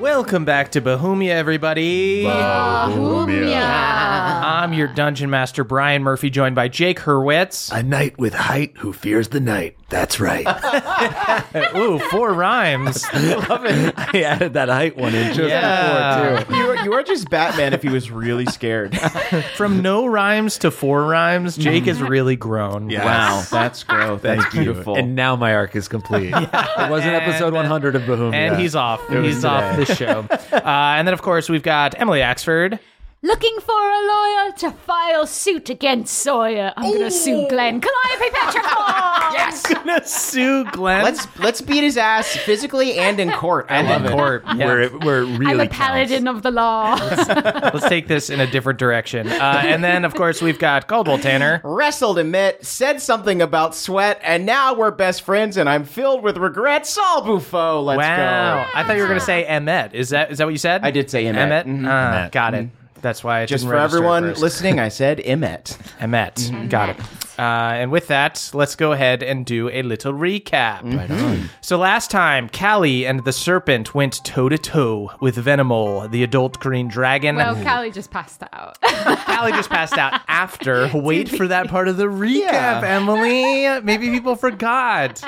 Welcome back to Bohemia, everybody. I'm your dungeon master, Brian Murphy, joined by Jake Hurwitz. A knight with height who fears the night. That's right. Ooh, four rhymes. Love it. I added that height one in just Yeah. before, too. you, are, you are just Batman if he was really scared. From no rhymes to four rhymes, Jake has really grown. Wow, that's growth. Mm-hmm. That's beautiful. And now my arc is complete. It wasn't episode uh, 100 of Bohemia. And he's off. was He's off the today. show. Uh, and then, of course, we've got Emily Axford. Looking for a lawyer to file suit against Sawyer. I'm gonna sue Glenn. Calliope Petrichor! yes! Gonna sue Glenn. let's let's beat his ass physically and in court. I and love it. in court. Yeah. where it, where it really I'm a counts. paladin of the law. Let's take this in a different direction. Uh, and then, of course, we've got Caldwell Tanner. Wrestled and met, said something about sweat, and now we're best friends. And I'm filled with regret. Saul Buffo, let's wow. go. I thought you were going to say Emmet. Is that is that what you said? I did say Emmet. Emmet. Mhm. Ah, Got it. That's why I Mm-hmm. Just didn't for register everyone first. listening, I said Emmet. Emmet. Mm-hmm. Mm-hmm. Got it. Uh, and with that, let's go ahead and do a little recap. Mm-hmm. So last time, Callie and the serpent went toe to toe with Venomol, the adult green dragon. well, Callie just passed out. Callie just passed out after. Wait for that part of the recap, Emily. Maybe people forgot.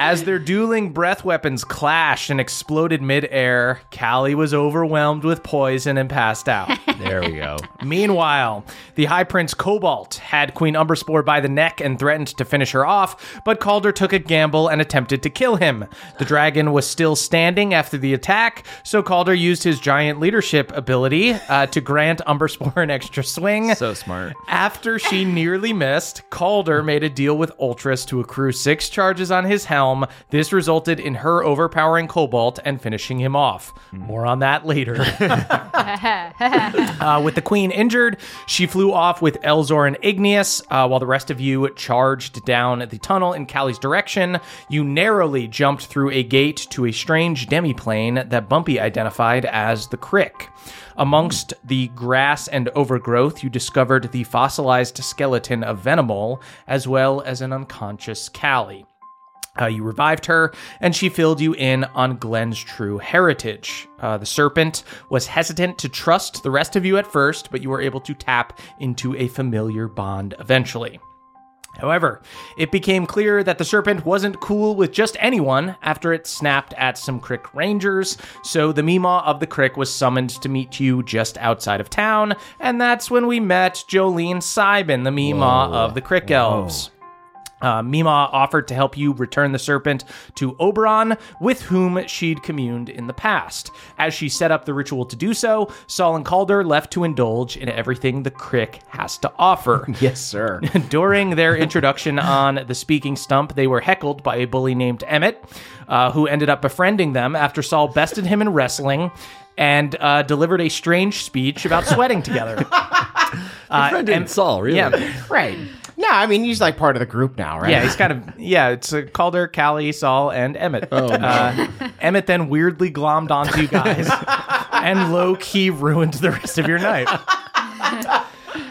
As their dueling breath weapons clashed and exploded midair, Callie was overwhelmed with poison and passed out. There we go. Meanwhile, the High Prince Cobalt had Queen Umberspore by the neck and threatened to finish her off, but Calder took a gamble and attempted to kill him. The dragon was still standing after the attack, so Calder used his giant leadership ability uh, to grant Umberspore an extra swing. So smart. After she nearly missed, Calder made a deal with Ultras to accrue six charges on his helm. This resulted in her overpowering Cobalt and finishing him off. More on that later. Uh, with the queen injured, she flew off with Elzor and Igneous, uh, while the rest of you charged down the tunnel in Callie's direction. You narrowly jumped through a gate to a strange demiplane that Bumpy identified as the Crick. Amongst the grass and overgrowth, you discovered the fossilized skeleton of Venomol, as well as an unconscious Callie. Uh, you revived her, and she filled you in on Glenn's true heritage. Uh, the serpent was hesitant to trust the rest of you at first, but you were able to tap into a familiar bond eventually. However, it became clear that the serpent wasn't cool with just anyone after it snapped at some Crick Rangers, so the Mima of the Crick was summoned to meet you just outside of town, and that's when we met Jolene Sybin, the Mima of the Crick Elves. Uh, Mima offered to help you return the serpent to Oberon, with whom she'd communed in the past. As she set up the ritual to do so, Saul and Calder left to indulge in everything the crick has to offer. Yes, sir. During their introduction on the speaking stump, they were heckled by a bully named Emmett, uh, who ended up befriending them after Saul bested him in wrestling and uh, delivered a strange speech about sweating together. Uh, friend in Oh, Saul, really. yeah, right. No, I mean he's like part of the group now, right? yeah, he's kind of yeah. It's uh, Calder, Callie, Saul, and Emmett. uh, Emmett then weirdly glommed onto you guys and low key ruined the rest of your night.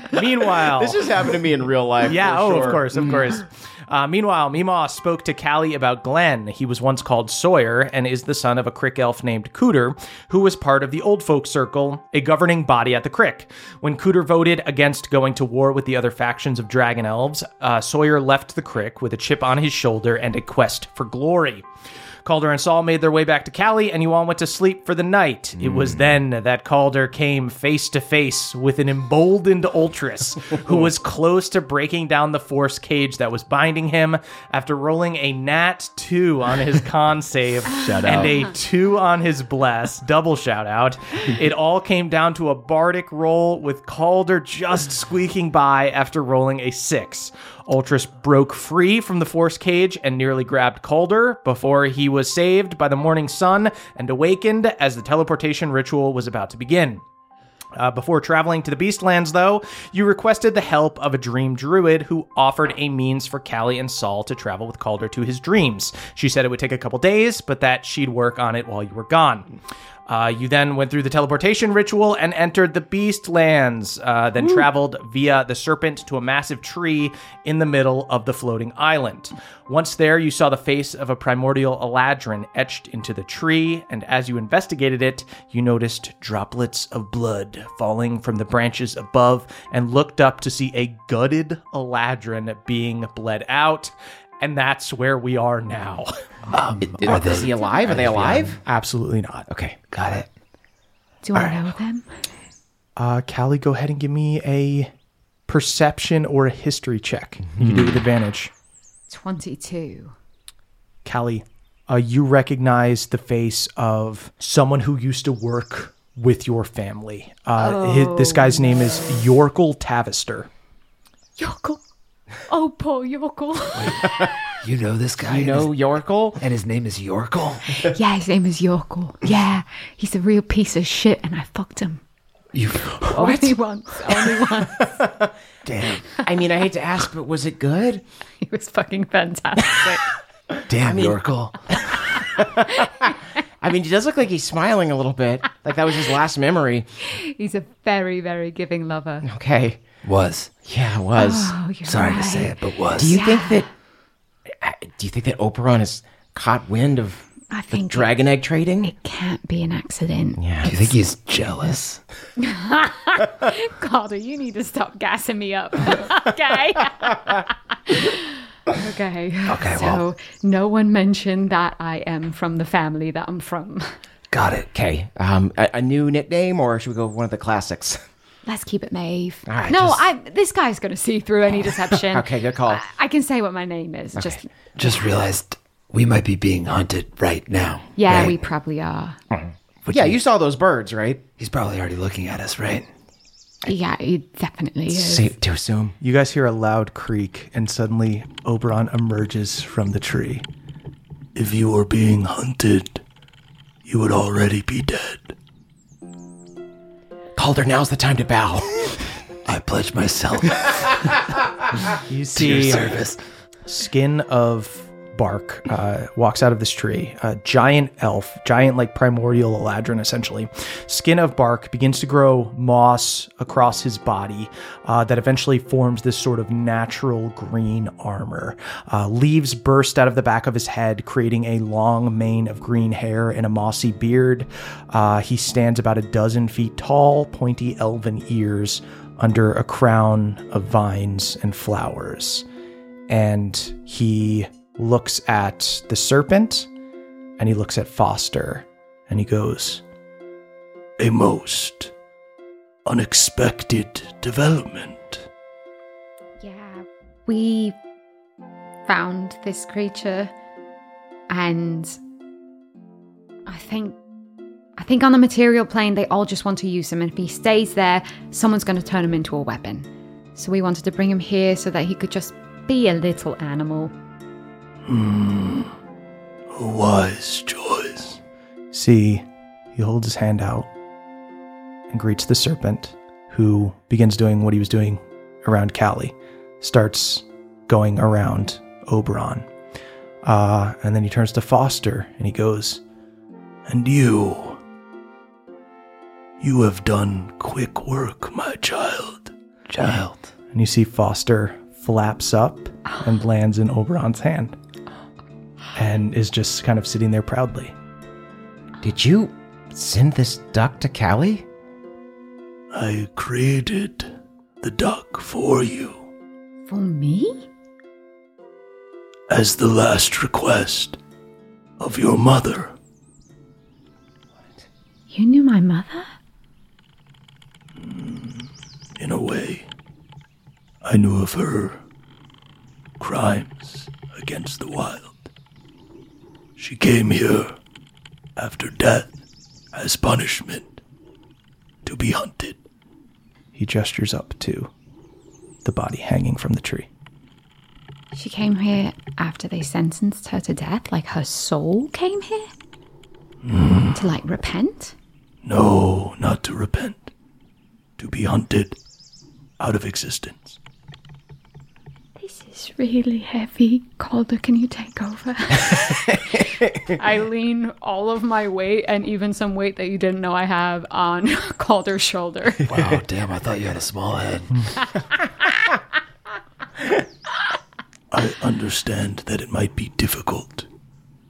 Meanwhile, This has happened to me in real life. Yeah, for oh, sure. of course, of course. Uh, meanwhile, Meemaw spoke to Callie about Glenn. He was once called Sawyer and is the son of a crick elf named Cooter, who was part of the Old Folk Circle, a governing body at the crick. When Cooter voted against going to war with the other factions of dragon elves, uh, Sawyer left the crick with a chip on his shoulder and a quest for glory. Calder and Saul made their way back to Callie, and you all went to sleep for the night. It was then that Calder came face to face with an emboldened Ultras, who was close to breaking down the force cage that was binding him after rolling a nat 2 on his con save and a 2 on his bless. Double shout out. It all came down to a bardic roll with Calder just squeaking by after rolling a 6. Ultras broke free from the force cage and nearly grabbed Calder before he was saved by the morning sun and awakened as the teleportation ritual was about to begin. Uh, before traveling to the Beastlands, though, you requested the help of a dream druid who offered a means for Callie and Saul to travel with Calder to his dreams. She said it would take a couple days, but that she'd work on it while you were gone. Uh, you then went through the teleportation ritual and entered the Beastlands, uh, then traveled via the serpent to a massive tree in the middle of the floating island. Once there, you saw the face of a primordial Eladrin etched into the tree, and as you investigated it, you noticed droplets of blood falling from the branches above and looked up to see a gutted Eladrin being bled out. And that's where we are now. Um, Are, is he alive? Are they alive? Absolutely not. Okay. Got it. Do I know them? Uh, Callie, go ahead and give me a perception or a history check. You do with Hmm. advantage. 22. Callie, uh, you recognize the face of someone who used to work with your family. Uh, hi- this guy's name is Yorkel Tavister. Yorkel. Oh, poor Yorkel. You know this guy? and No, his- Yorkel. and his name is Yorkel? yeah, his name is Yorkel. Yeah, he's a real piece of shit, and I fucked him. You Only once. Only once. damn. I mean, I hate to ask, but was it good? He was fucking fantastic. Damn Yorkel. I mean, he does look like he's smiling a little bit. Like that was his last memory. he's a very, very giving lover. Okay. Was. Yeah, it was. Oh, you're Sorry right. to say it, but was. do you think that? Do you think that Oberon has caught wind of I the think dragon egg trading? It can't be an accident. Do you think he's jealous? Carter, you need to stop gassing me up. okay. okay. Okay, So well- no one mentioned that I am from the family that I'm from. Got it. Okay, um, a, a new nickname, or should we go with one of the classics? Let's keep it Maeve. right, no, just- I this guy's gonna see through any deception. Okay, good call. I, I can say what my name is. Just Just realized we might be being hunted right now. yeah, right? we probably are. Which Yeah, means you saw those birds, right? he's probably already looking at us, right? Yeah, it definitely is. Safe to assume. You guys hear a loud creak, and suddenly Oberon emerges from the tree. If you were being hunted, you would already be dead. Calder, now's the time to bow. I pledge myself You to your see service. skin of bark uh, walks out of this tree a giant elf giant like primordial eladrin essentially skin of bark begins to grow moss across his body uh, that eventually forms this sort of natural green armor uh, leaves burst out of the back of his head creating a long mane of green hair and a mossy beard uh, he stands about a dozen feet tall pointy elven ears under a crown of vines and flowers and he looks at the serpent and he looks at Foster and he goes, A most unexpected development. Yeah, we found this creature and I think I think on the material plane they all just want to use him and if he stays there someone's going to turn him into a weapon. So we wanted to bring him here so that he could just be a little animal. Hmm. A wise choice. See, he holds his hand out and greets the serpent, who begins doing what he was doing around Callie, starts going around Oberon. Uh, and then he turns to Foster and he goes, And you. You have done quick work, my child. Child. and you see Foster flaps up and lands in Oberon's hand and is just kind of sitting there proudly. Did you send this duck to Callie? I created the duck for you For me? as the last request of your mother. You knew my mother? In a way, I knew of her crimes against the wild. She came here after death as punishment to be hunted. He gestures up to the body hanging from the tree. She came here after they sentenced her to death, like her soul came here to like repent. No, not to repent, to be hunted out of existence. This is really heavy. Calder, can you take over? I lean all of my weight and even some weight that you didn't know I have on Calder's shoulder. Wow, damn, I thought you had a small head. I understand that it might be difficult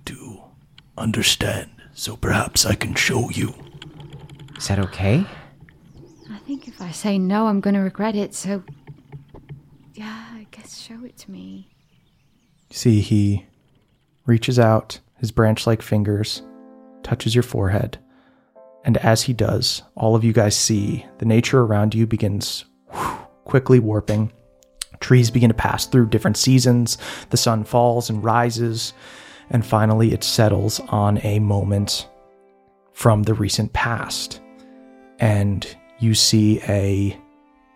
to understand, so perhaps I can show you. Is that okay? I think if I say no, I'm going to regret it, so. Yeah, I guess show it to me. See, he reaches out his branch like fingers, touches your forehead, and as he does, all of you guys see the nature around you begins whew, quickly warping. Trees begin to pass through different seasons, the sun falls and rises, and finally it settles on a moment from the recent past. And you see a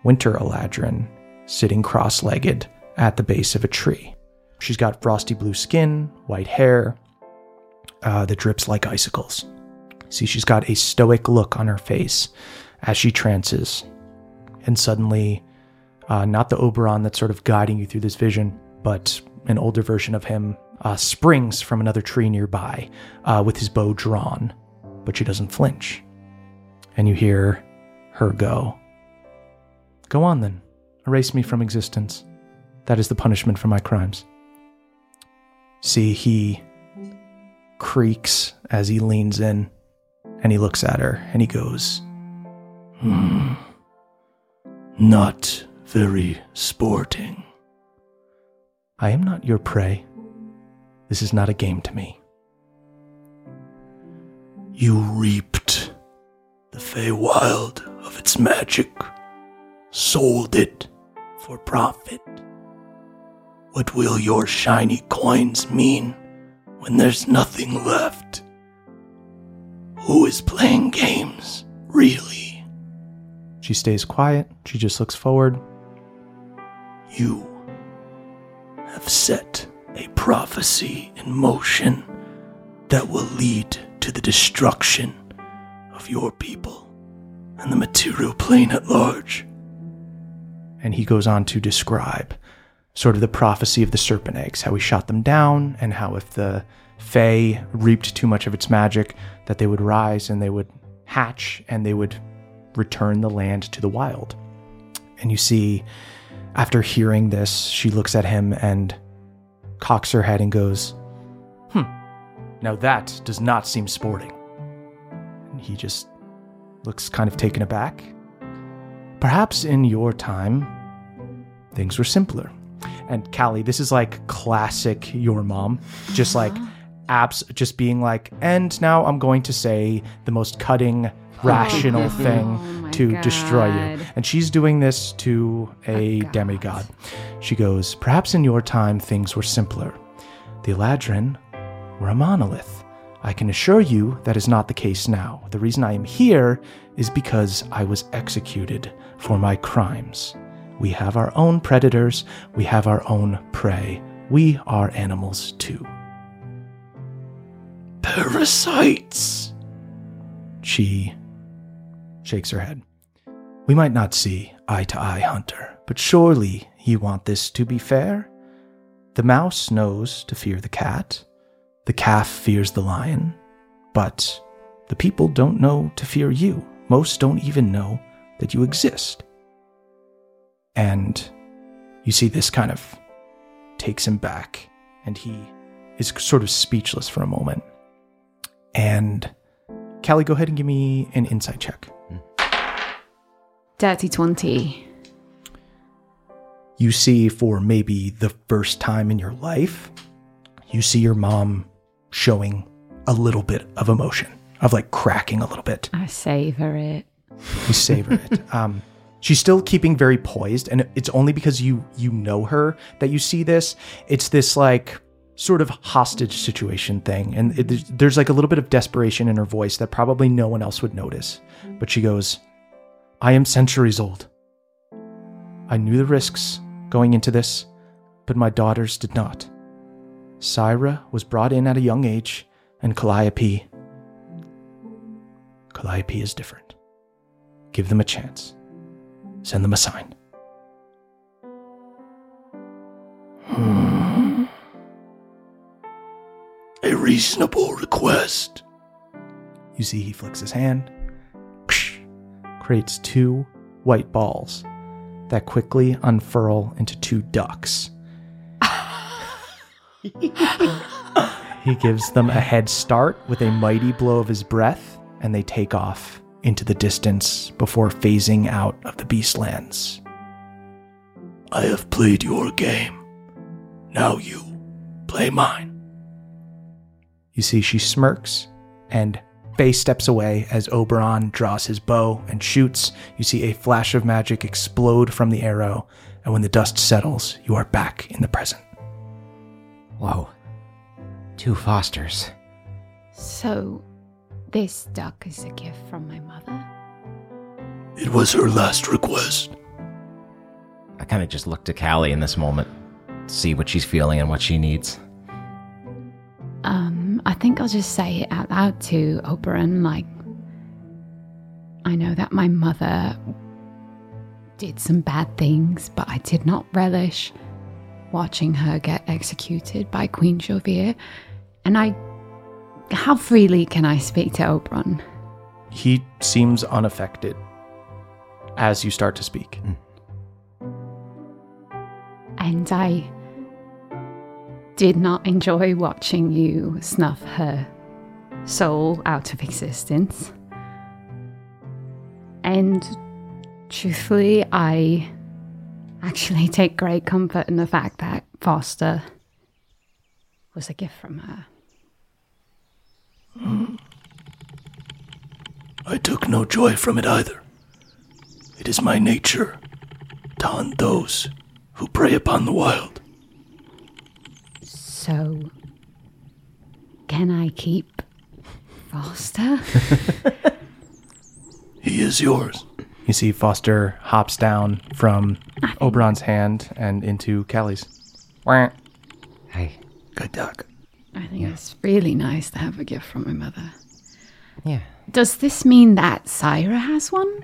winter eladrin sitting cross legged at the base of a tree. She's got frosty blue skin, white hair uh, that drips like icicles. See, she's got a stoic look on her face as she trances. And suddenly, uh, not the Oberon that's sort of guiding you through this vision, but an older version of him uh, springs from another tree nearby uh, with his bow drawn, but she doesn't flinch. And you hear her go, Go on then, erase me from existence. That is the punishment for my crimes. See, he creaks as he leans in and he looks at her and he goes, Hmm. Not very sporting. I am not your prey. This is not a game to me. You reaped the Feywild of its magic, sold it for profit. What will your shiny coins mean when there's nothing left? Who is playing games, really? She stays quiet. She just looks forward. You have set a prophecy in motion that will lead to the destruction of your people and the material plane at large. And he goes on to describe sort of the prophecy of the serpent eggs, how he shot them down, and how if the Fae reaped too much of its magic, that they would rise and they would hatch and they would return the land to the wild. And you see, after hearing this, she looks at him and cocks her head and goes, Hmm, now that does not seem sporting. And he just looks kind of taken aback. Perhaps in your time, things were simpler. And Callie, this is like classic your mom, just like apps just being like, and now I'm going to say the most cutting, rational thing to destroy you. And she's doing this to a demigod. She goes, Perhaps in your time things were simpler. The Eladrin were a monolith. I can assure you that is not the case now. The reason I am here is because I was executed for my crimes. We have our own predators, we have our own prey. We are animals too. Parasites! She shakes her head. We might not see eye to eye, Hunter, but surely you want this to be fair? The mouse knows to fear the cat, the calf fears the lion, but the people don't know to fear you. Most don't even know that you exist. And you see, this kind of takes him back, and he is sort of speechless for a moment. And Callie, go ahead and give me an insight check. Dirty 20. You see, for maybe the first time in your life, you see your mom showing a little bit of emotion, of like cracking a little bit. I savor it. You savor it. Um, she's still keeping very poised, and it's only because you you know her that you see this. It's this like sort of hostage situation thing, and it, there's, there's like a little bit of desperation in her voice that probably no one else would notice. But she goes, "I am centuries old. I knew the risks going into this, but my daughters did not. Syra was brought in at a young age, and Calliope. Calliope is different. Give them a chance. Send them a sign. Hmm. A reasonable request. You see, he flicks his hand, creates two white balls that quickly unfurl into two ducks. he gives them a head start with a mighty blow of his breath, and they take off into the distance before phasing out of the beastlands. I have played your game. Now you play mine. You see, she smirks and Faye steps away as Oberon draws his bow and shoots. You see a flash of magic explode from the arrow, and when the dust settles, you are back in the present. Whoa. Two Fosters. So, this duck is a gift from my mother? It was her last request. I kind of just look to Callie in this moment, see what she's feeling and what she needs. Um, I think I'll just say it out loud to Oberon. Like, I know that my mother did some bad things, but I did not relish watching her get executed by Queen Jovia. And I, how freely can I speak to Oberon? He seems unaffected as you start to speak. And I did not enjoy watching you snuff her soul out of existence. And truthfully, I actually take great comfort in the fact that Foster was a gift from her. Hmm. I took no joy from it either. It is my nature to hunt those who prey upon the wild. So, can I keep Foster? He is yours. You see Foster hops down from Oberon's hand and into Callie's. Wah. Hey, good duck. I think it's really nice to have a gift from my mother. Yeah. Does this mean that Syra has one?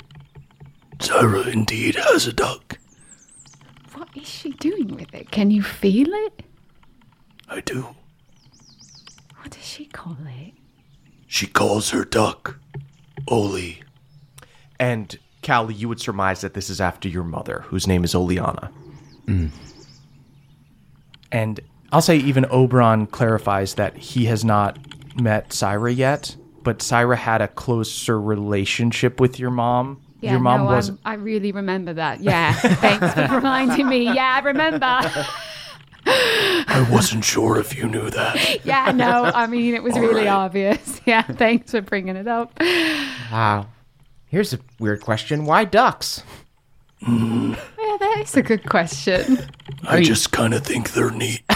Zara indeed has a duck. What is she doing with it? Can you feel it? I do. What does she call it? She calls her duck Oli. And Callie, you would surmise that this is after your mother, whose name is Oleana. Mm. And I'll say even Oberon clarifies that he has not met Syra yet, but Syra had a closer relationship with your mom. your mom no, was I'm- I really remember that. Yeah, thanks for reminding me. Yeah, I remember. I wasn't sure if you knew that. yeah, no, I mean, it was really obvious. Yeah, thanks for bringing it up. Wow. Here's a weird question. Why ducks? Yeah, that is a good question. Mm-hmm. I just kind of think they're neat.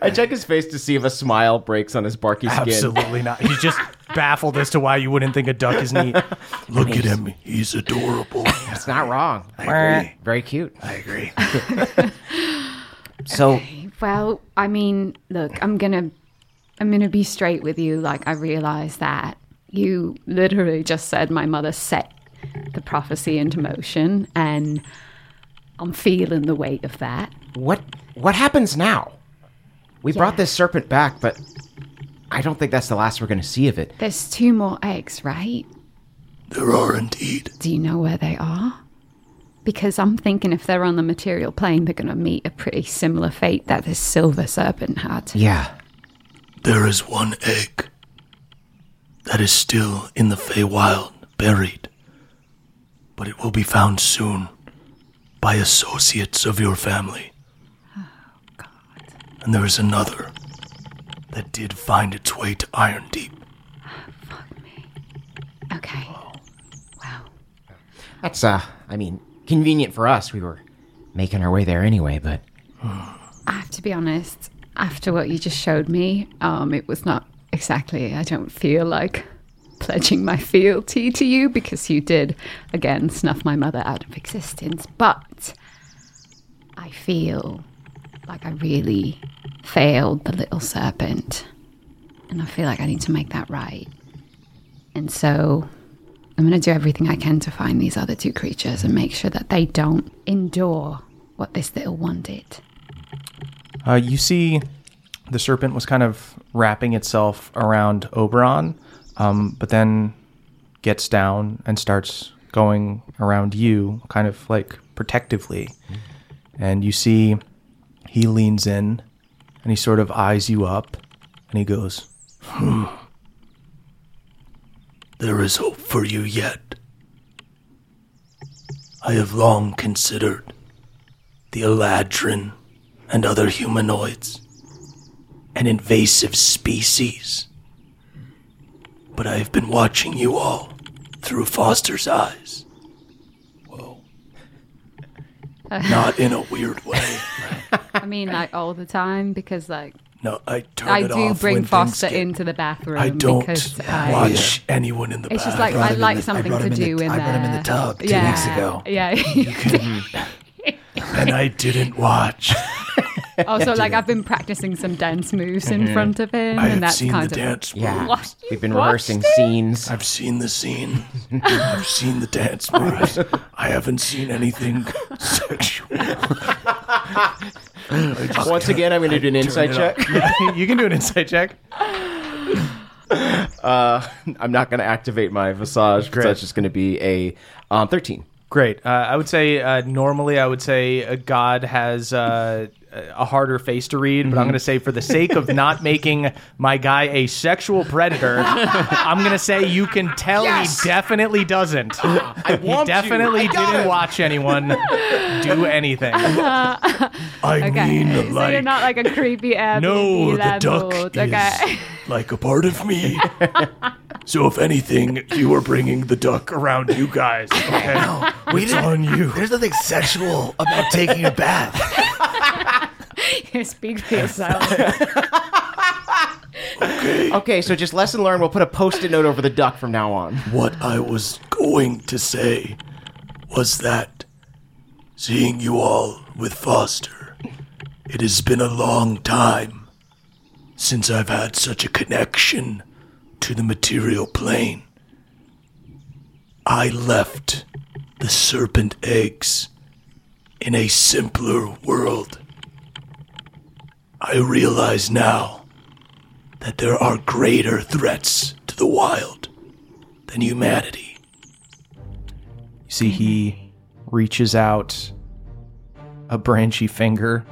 I check his face to see if a smile breaks on his barky skin. Absolutely not. He's just baffled as to why you wouldn't think a duck is neat. Look at him. He's adorable. It's not wrong. agree. Very cute. I agree. So Well, I mean, look, I'm gonna, I'm gonna be straight with you. Like, I realize that you literally just said my mother set the prophecy into motion, and I'm feeling the weight of that. What what happens now? We brought this serpent back, but I don't think that's the last we're going to see of it. There's two more eggs, right? There are indeed. Do you know where they are? Because I'm thinking if they're on the material plane, they're gonna meet a pretty similar fate that this silver serpent had. yeah, There is one egg that is still in the Feywild, buried, but it will be found soon by associates of your family. Oh, And there is another that did find its way to Iron Deep. Okay. that's uh, I mean, convenient for us. We were making our way there anyway, but I have to be honest, after what you just showed me, um, it was not exactly, I don't feel like pledging my fealty to you because you did, again, snuff my mother out of existence. But I feel like I really failed the little serpent. And I feel like I need to make that right. And so I'm going to do everything I can to find these other two creatures and make sure that they don't endure what this little one did. Uh, you see, the serpent was kind of wrapping itself around Oberon, um, but then gets down and starts going around you, kind of like protectively. And you see, he leans in and he sort of eyes you up and he goes, "Hmm, There is hope for you yet. I have long considered the Eladrin and other humanoids an invasive species. But I have been watching you all through Foster's eyes. Whoa. Not in a weird way. I mean, like all the time, because like No, I turn I it do off bring when things Foster get- into the bathroom. I don't because I, watch anyone in the it's just bathroom. like I him in like the- I something brought to him in the- do in I there. brought him in the tub two weeks yeah. ago. Yeah. and I didn't watch. also, like I've been practicing some dance moves Mm-hmm. in front of him, I and have that's seen the kind of dance moves. yeah, What? we've been What? rehearsing scenes. I've seen the scene. I've seen the dance moves. I haven't seen anything sexual. Once again, I'm going to do an insight check. You can do an insight check. Uh, I'm not going to activate my visage. because That's just going to be a um, 13. Great. Uh, I would say uh, normally I would say uh, God has uh, a harder face to read, but I'm going to say for the sake of not making my guy a sexual predator, I'm going to say you can tell he definitely doesn't. he definitely didn't watch anyone do anything. I mean, Okay, so you're like, not like a creepy Airbnb no, the duck landlord. is Okay. like a part of me. so if anything, you were bringing the duck around you guys. Okay, it's on you. There's nothing sexual about taking a bath. Speak for yourself. Okay, so just lesson learned. We'll put a post-it note over the duck from now on. What I was going to say was that seeing you all with Foster, it has been a long time since I've had such a connection to the material plane. I left the serpent eggs in a simpler world. I realize now that there are greater threats to the wild than humanity. You see, he reaches out a branchy finger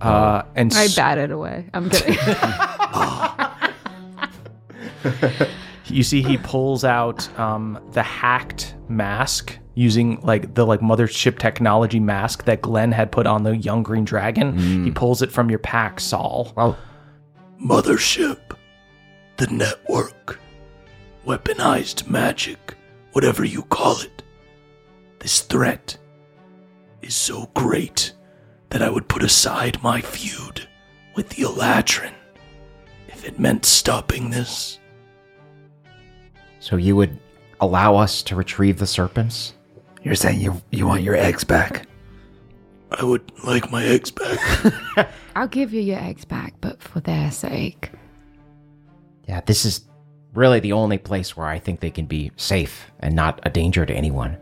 uh, and I s- bat it away. I'm kidding. you see he pulls out um, the hacked mask using like the like mothership technology mask that Glenn had put on the young green dragon. He pulls it from your pack, Saul. Mm. Wow. Mothership, the network, weaponized magic, whatever you call it. This threat is so great that I would put aside my feud with the Elatrin if it meant stopping this. So you would allow us to retrieve the serpents? You're saying you you want your eggs back? I would like my eggs back. I'll give you your eggs back, but for their sake. Yeah, this is really the only place where I think they can be safe and not a danger to anyone.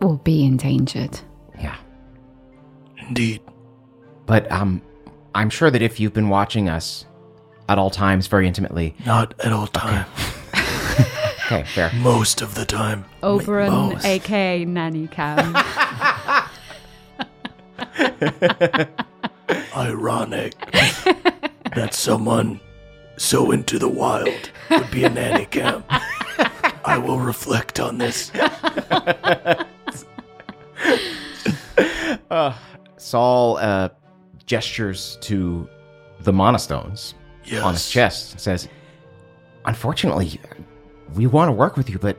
Will be endangered. Yeah. Indeed. But um I'm sure that if you've been watching us at all times very intimately. Not at all time. Okay, fair. Most of the time. Oberon, Most. aka Nanny Cam. Ironic that someone so into the wild would be a nanny cam. I will reflect on this. Uh, Saul uh, gestures to the monostones on his Yes. chest and says, Unfortunately, we want to work with you, but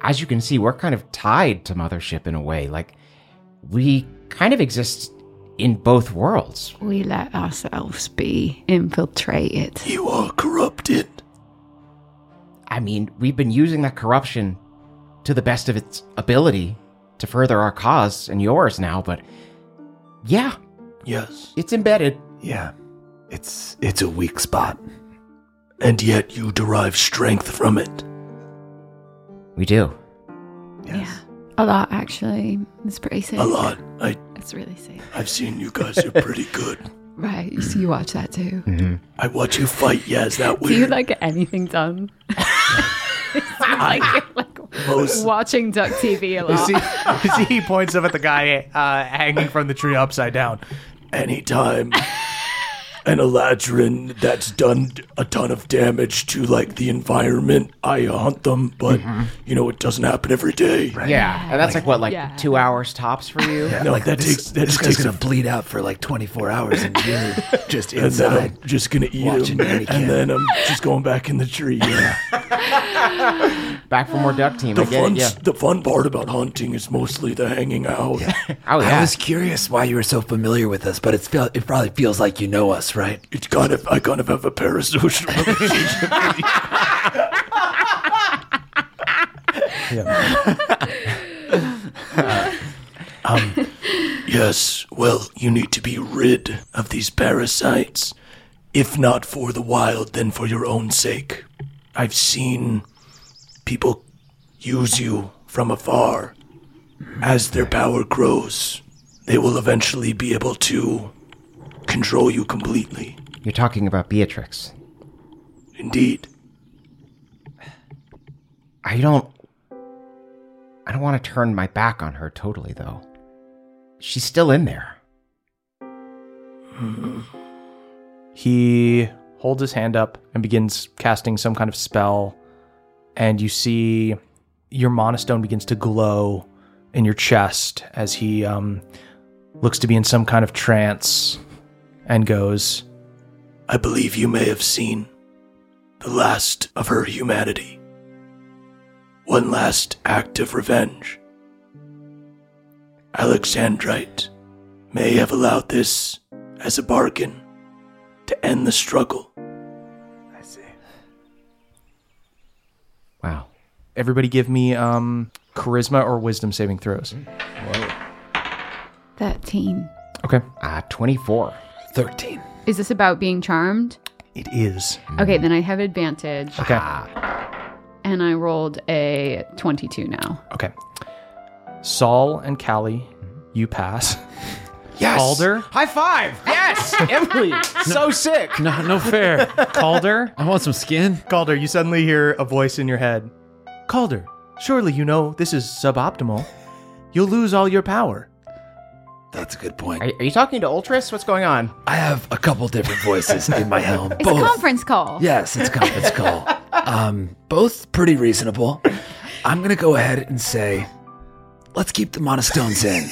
as you can see, we're kind of tied to Mothership in a way. Like, we kind of exist in both worlds. we let ourselves be infiltrated. You are corrupted. I mean, we've been using that corruption to the best of its ability to further our cause and yours now, but yeah, Yes. it's embedded. Yeah. It's it's a weak spot. And yet you derive strength from it. We do. Yeah. A lot, actually. It's pretty safe. A lot. I, It's really safe. I've seen you guys are pretty good. Right. So you watch that too. I watch you fight. Yeah, is Mm. that Do you weird? like get anything done? It's like, you're, like Most- watching Duck TV a lot. See, see, he points up at the guy uh, hanging from the tree upside down. anytime an eladrin that's done a ton of damage to like the environment i hunt them but you know it doesn't happen every day Yeah, and that's like, what, like yeah. two hours tops for you? no that this, takes that this just guy's takes gonna a bleed out for like 24 hours and you're just and then inside. i'm just gonna eat Watching him Nanny and Cam. then i'm just going back in the tree yeah Back for more duck team. the I get fun it. Yeah. the fun part about hunting is mostly the hanging out Oh yeah. I was curious why you were so familiar with us, but it's feel, it probably feels like you know us, right? it's kind of i kind of have a parasocial relationship with you. Um, yes, well, you need to be rid of these parasites. If not for the wild, then for your own sake. I've seen people use you from afar. As their power grows, they will eventually be able to control you completely. You're talking about Beatrix. Indeed. I don't. I don't want to turn my back on her totally, though. She's still in there. He holds his hand up and begins casting some kind of spell, and you see your monostone begins to glow in your chest as he um, looks to be in some kind of trance and goes, I believe you may have seen the last of her humanity. One last act of revenge. Alexandrite may have allowed this as a bargain to end the struggle. Wow. Everybody give me um, charisma or wisdom saving throws. 13. Okay. Uh, 24. 13. Is this about being charmed? It is. Mm. Okay, then I have advantage. Okay. And I rolled a 22 now. Okay. Saul and Callie, you pass. Yes. Alder, High five. Yes. Emily. So sick. No, no fair. Calder, I want some skin. Calder, you suddenly hear a voice in your head. Calder, surely you know this is suboptimal. You'll lose all your power. That's a good point. Are, are you talking to Ultras? What's going on? I have a couple different voices in my helm. It's a conference call. Yes, it's conference call. Um, both pretty reasonable. I'm going to go ahead and say, let's keep the monostones in.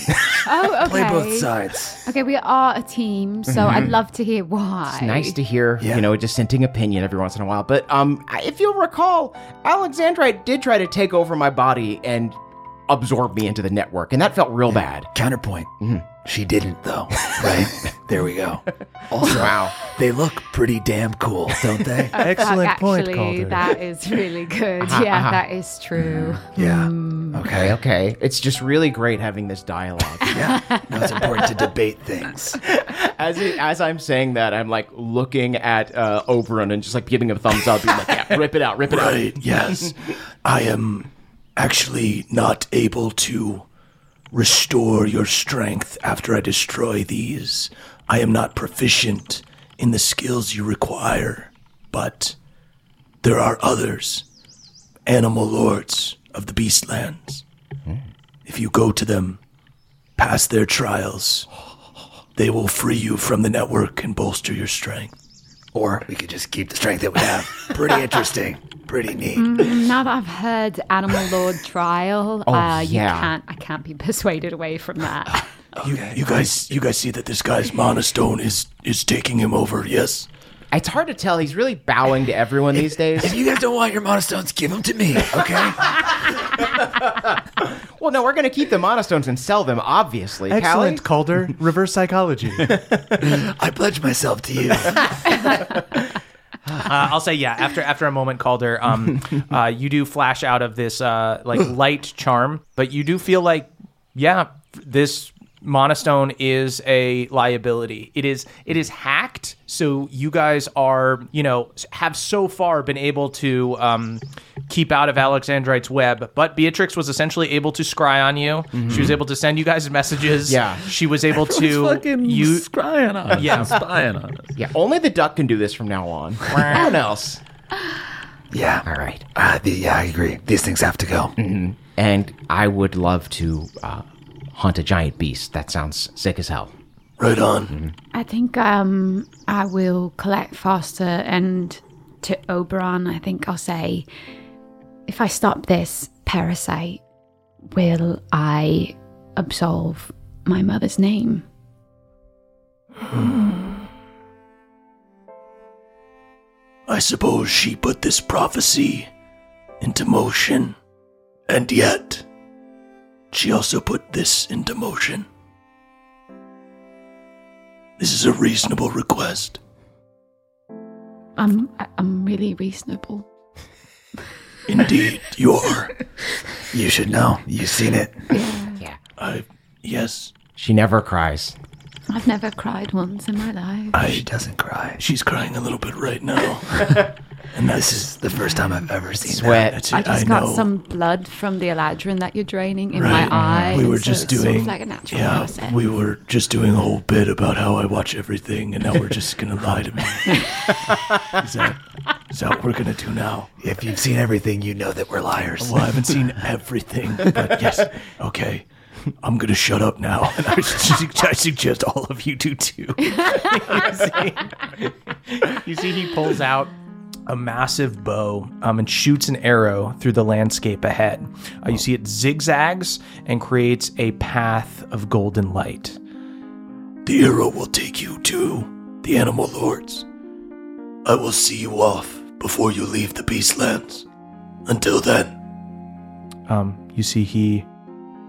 Oh, okay. Play both sides. Okay, we are a team, so Mhm. I'd love to hear why. It's nice to hear, you know, a dissenting opinion every once in a while. But um, if you'll recall, Alexandrite did try to take over my body and absorb me into the network, and that felt real bad. Mm-hmm. Counterpoint. She didn't, though, right? there we go. Also, Wow. they look pretty damn cool, don't they? Oh, fuck, actually, That is really good. Uh-huh, yeah, uh-huh. that is true. Hmm. Yeah. Okay. Okay. It's just really great having this dialogue. yeah. No, it's important to debate things. As it, as I'm saying that, I'm like looking at uh, Oberon and just like giving him a thumbs up. Being like, yeah, rip it out, rip it Right, out. yes. I am actually not able to restore your strength after I destroy these. I am not proficient in the skills you require, but there are others, animal lords of the beastlands. Hmm. If you go to them, pass their trials, they will free you from the network and bolster your strength. Or we could just keep the strength that we have. Pretty interesting. Pretty neat. Mm, now that I've heard Animal Lord Trial, Oh, uh, you yeah. can't. I can't be persuaded away from that. You, you guys, you guys see that this guy's monostone is is taking him over. Yes. It's hard to tell. He's really bowing to everyone these days. If you guys don't want your monostones, give them to me, okay? Well, no, we're going to keep the monostones and sell them, obviously. Excellent, Calder. Reverse psychology. I pledge myself to you. uh, I'll say yeah. After after a moment, Calder, um, uh, you do flash out of this uh, like light charm, but you do feel like yeah, this monostone is a liability. It is it is hacked. So you guys are you know have so far been able to um, keep out of Alexandrite's web, but Beatrix was essentially able to scry on you. Mhm. She was able to send you guys messages. Yeah. she was able to Everyone's fucking you scrying on us. Yeah, Spying on us. Yeah, only the duck can do this from now on. no one else. Yeah. All right. Uh, the, yeah, I agree. These things have to go. Mhm. And I would love to uh, hunt a giant beast. That sounds sick as hell. Mm-hmm. Right on. I think um, I will collect faster, and to Oberon, I think I'll say, if I stop this parasite, will I absolve my mother's name? I suppose she put this prophecy into motion, and yet she also put this into motion. This is a reasonable request. I'm I'm really reasonable. Indeed, you are. You should know. You've seen it. I, yes. She never cries. I've never cried once in my life. she doesn't cry. She's crying a little bit right now. and this is the first time I've ever seen Sweat. That. That's I it, I, just got know. some blood from the eladrin that you're draining in my Right. eye. We and were so just it's sort of doing like a natural yeah, process. we were just doing a whole bit about how I watch everything, and now we're just gonna lie to me. is that is that what we're gonna do now? If you've seen everything, you know that we're liars. Well, I haven't seen everything, but yes, okay. I'm gonna shut up now, and I, su- I suggest all of you do too. you see he pulls out a massive bow um, and shoots an arrow through the landscape ahead. Uh, you see it zigzags and creates a path of golden light. The arrow will take you to the animal lords. I will see you off before you leave the beastlands. Until then, Um, you see he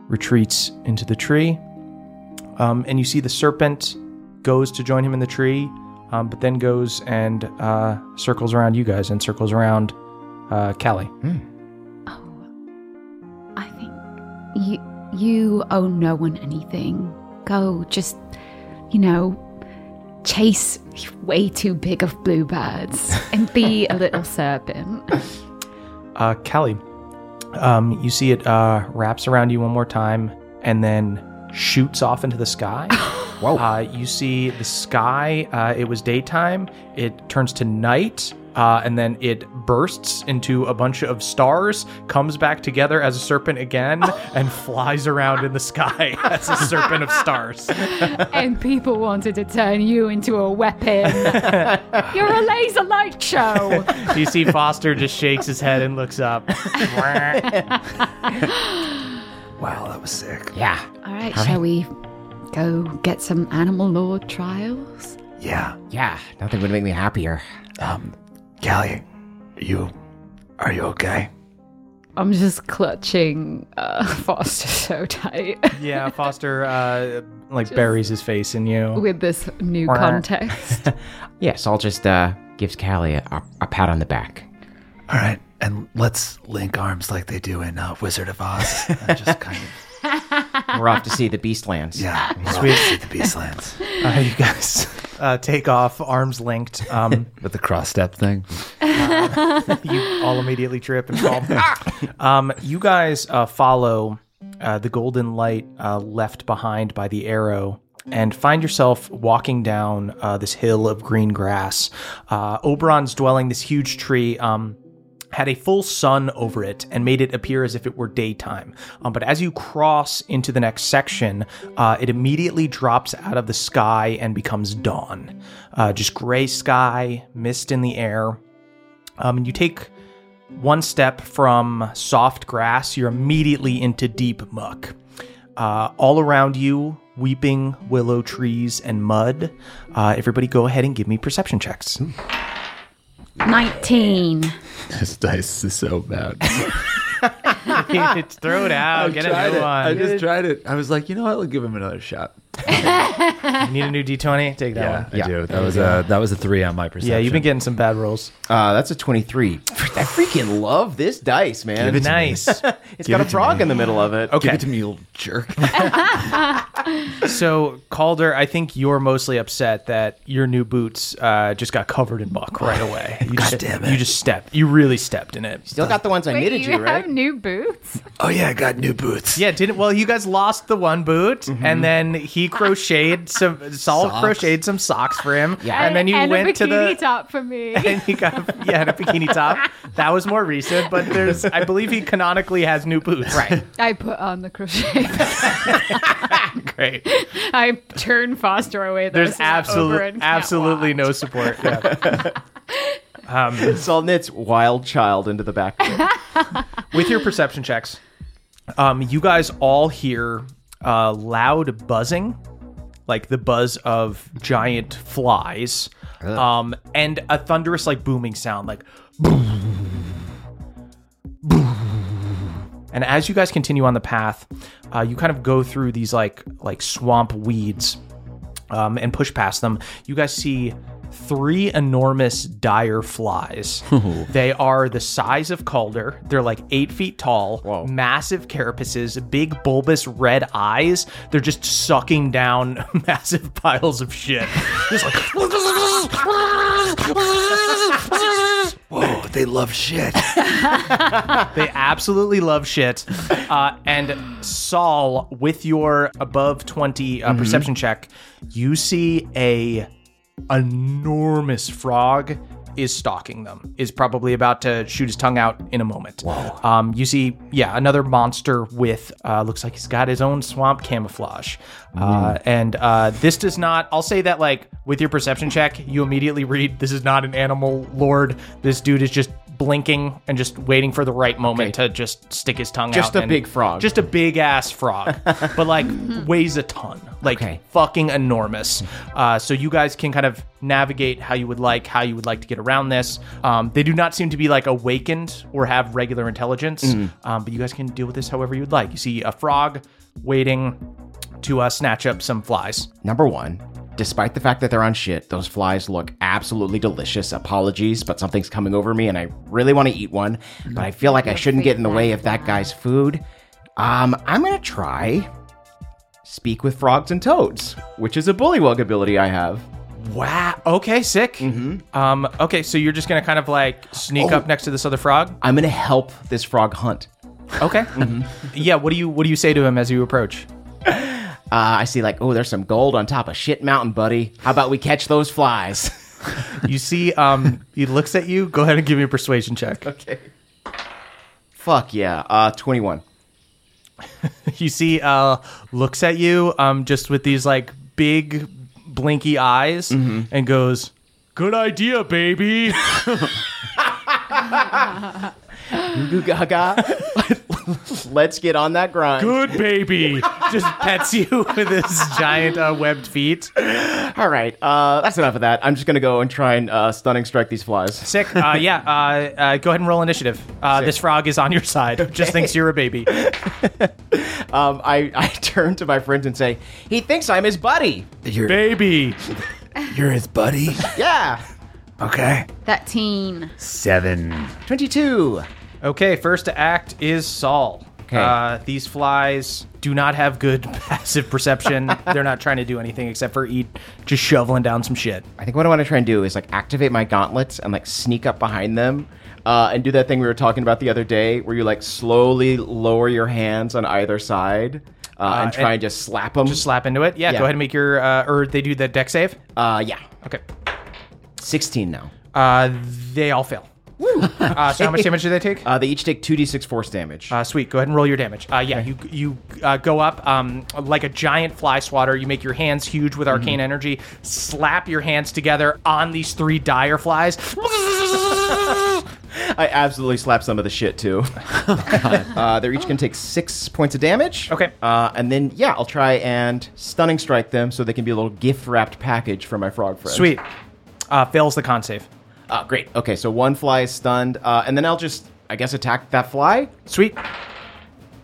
retreats into the tree, um, and you see the serpent goes to join him in the tree, um, but then goes and uh, circles around you guys and circles around uh, Callie. You you owe no one anything. Go just you know chase way too big of bluebirds and be a little serpent. Uh, Callie, um, you see it uh, wraps around you one more time and then shoots off into the sky. Whoa. Uh, you see the sky, uh, it was daytime, it turns to night, uh, and then it bursts into a bunch of stars, comes back together as a serpent again, and flies around in the sky as a serpent of stars. and people wanted to turn you into a weapon. You're a laser light show. you see Foster just shakes his head and looks up. Wow, that was sick. Yeah. All right, shall we go get some animal law trials? Yeah. Yeah, nothing would make me happier. Um, Callie, you are you okay? I'm just clutching uh, Foster so tight yeah, Foster uh, like buries his face in you. with this new Wah. context. Yes, I'll just uh, gives Callie a, a pat on the back. All right, and let's link arms like they do in uh, Wizard of Oz. and just kind of We're off to see the Beastlands. yeah, we'll Sweet. see the Beastlands Oh, Uh, you guys uh, take off, arms linked. Um, with the cross step thing. you all immediately trip and fall. um, you guys uh, follow uh, the golden light uh, left behind by the arrow and find yourself walking down uh, this hill of green grass. Uh, Oberon's dwelling, this huge tree. Um, had a full sun over it and made it appear as if it were daytime. Um, but as you cross into the next section, uh, it immediately drops out of the sky and becomes dawn. Uh, just gray sky, mist in the air. Um, and you take one step from soft grass, you're immediately into deep muck. Uh, all around you, weeping willow trees and mud. Uh, everybody, go ahead and give me perception checks. 19. This dice is so bad. Throw it out. get a tried new it. I one. just tried it. I was like, you know what? I'll give him another shot. You need a new d20. Take that one. I do. That was a that was a three on my perception. Yeah, you've been getting some bad rolls. Uh, that's a 23. I freaking love this dice, man. nice. It's got a frog in the middle of it. Give Okay. it to me, you little jerk. so Calder, I think you're mostly upset that your new boots uh, just got covered in muck right away. You God just, damn it. You just stepped. You really stepped in it. Still got the ones I Wait, knitted you you, right? have new boots? Oh yeah, I got new boots. Yeah, didn't well. You guys lost the one boot, Mm-hmm. and then he crocheted some. Saul crocheted some socks for him. Yeah, and then you and a went bikini to the. top for me. and he got yeah and a bikini top that was more recent but there's i believe he canonically has new boots right I put on the crochet. great I turn Foster away. though, there's so I'm over absolutely and can't absolutely walk. no support yeah. Um, Saul knits wild child into the back. with your perception checks um you guys all hear uh loud buzzing like the buzz of giant flies um and a thunderous like booming sound like And as you guys continue on the path, uh, you kind of go through these like like swamp weeds um, and push past them. You guys see three enormous dire flies. they are the size of Calder. They're like eight feet tall, massive carapaces, big bulbous red eyes. They're just sucking down massive piles of shit. Just like Whoa, they love shit. They absolutely love shit. Uh, and Saul, with your above 20 uh, Mm-hmm. perception check, you see a enormous frog is stalking them. Is probably about to shoot his tongue out in a moment. Um, you see, yeah, another monster with uh, looks like he's got his own swamp camouflage. Uh, and uh, this does not. I'll say that like with your perception check, you immediately read this is not an animal lord. This dude is just blinking and just waiting for the right moment to just stick his tongue out. Just a and- big frog. Just a big ass frog, but like weighs a ton. Like Okay. fucking enormous. Uh, so you guys can kind of navigate how you would like, how you would like to get around this. Um, they do not seem to be like awakened or have regular intelligence, um, but you guys can deal with this however you would like. You see a frog waiting to uh, snatch up some flies. Number one, despite the fact that they're on shit, those flies look absolutely delicious. Apologies, but something's coming over me and I really want to eat one, but I feel like I shouldn't get in the way of that guy's food. Um, I'm going to try speak with frogs and toads, which is a bullywug ability I have. Wow. Okay, sick. Mm-hmm. Oh. Um, okay, so you're just going to kind of like sneak up next to this other frog? I'm going to help this frog hunt. Okay. Mm-hmm. Yeah, what do you what do you say to him as you approach? Uh, I see like, oh, there's some gold on top of shit mountain, buddy. How about we catch those flies? you see, um, he looks at you. Go ahead and give me a persuasion check. Okay. Fuck yeah. Uh, 21. you see, uh, looks at you um, just with these like big blinky eyes and goes, Good idea, baby. Uh, Goo gaga. Let's get on that grind. Good baby. Just pets you with his giant uh, webbed feet. All right. Uh, that's enough of that. I'm just going to go and try and uh, stunning strike these flies. Sick. Uh, yeah, uh, uh, go ahead and roll initiative. Uh, this frog is on your side. Just thinks you're a baby. um, I, I turn to my friends and say, he thinks I'm his buddy. Your baby. You're his buddy. yeah. Okay. 13. Seven. 22. Okay, first to act is Saul. Uh, these flies do not have good passive perception. They're not trying to do anything except for eat, just shoveling down some shit. I think what I want to try and do is like activate my gauntlets and like sneak up behind them uh, and do that thing we were talking about the other day where you like slowly lower your hands on either side uh, Uh, and try and, and- just slap them. Just slap into it. Yeah, Yeah. go ahead and make your, uh, or they do the deck save. Uh, yeah. Okay. 16 now. Uh, they all fail. Uh, so how much damage do they take? Uh, they each take 2d6 force damage. Uh, sweet. Go ahead and roll your damage. Uh, yeah, you you uh, go up um, like a giant fly swatter. You make your hands huge with arcane energy. Slap your hands together on these three dire flies. I absolutely slap some of the shit too. uh, they're each going to take six points of damage. Okay. Uh, and then, yeah, I'll try and stunning strike them so they can be a little gift wrapped package for my frog friend. Sweet. Uh, fails the con save. Uh, great. Okay, so one fly is stunned. Uh, and then I'll just, I guess, attack that fly. Sweet.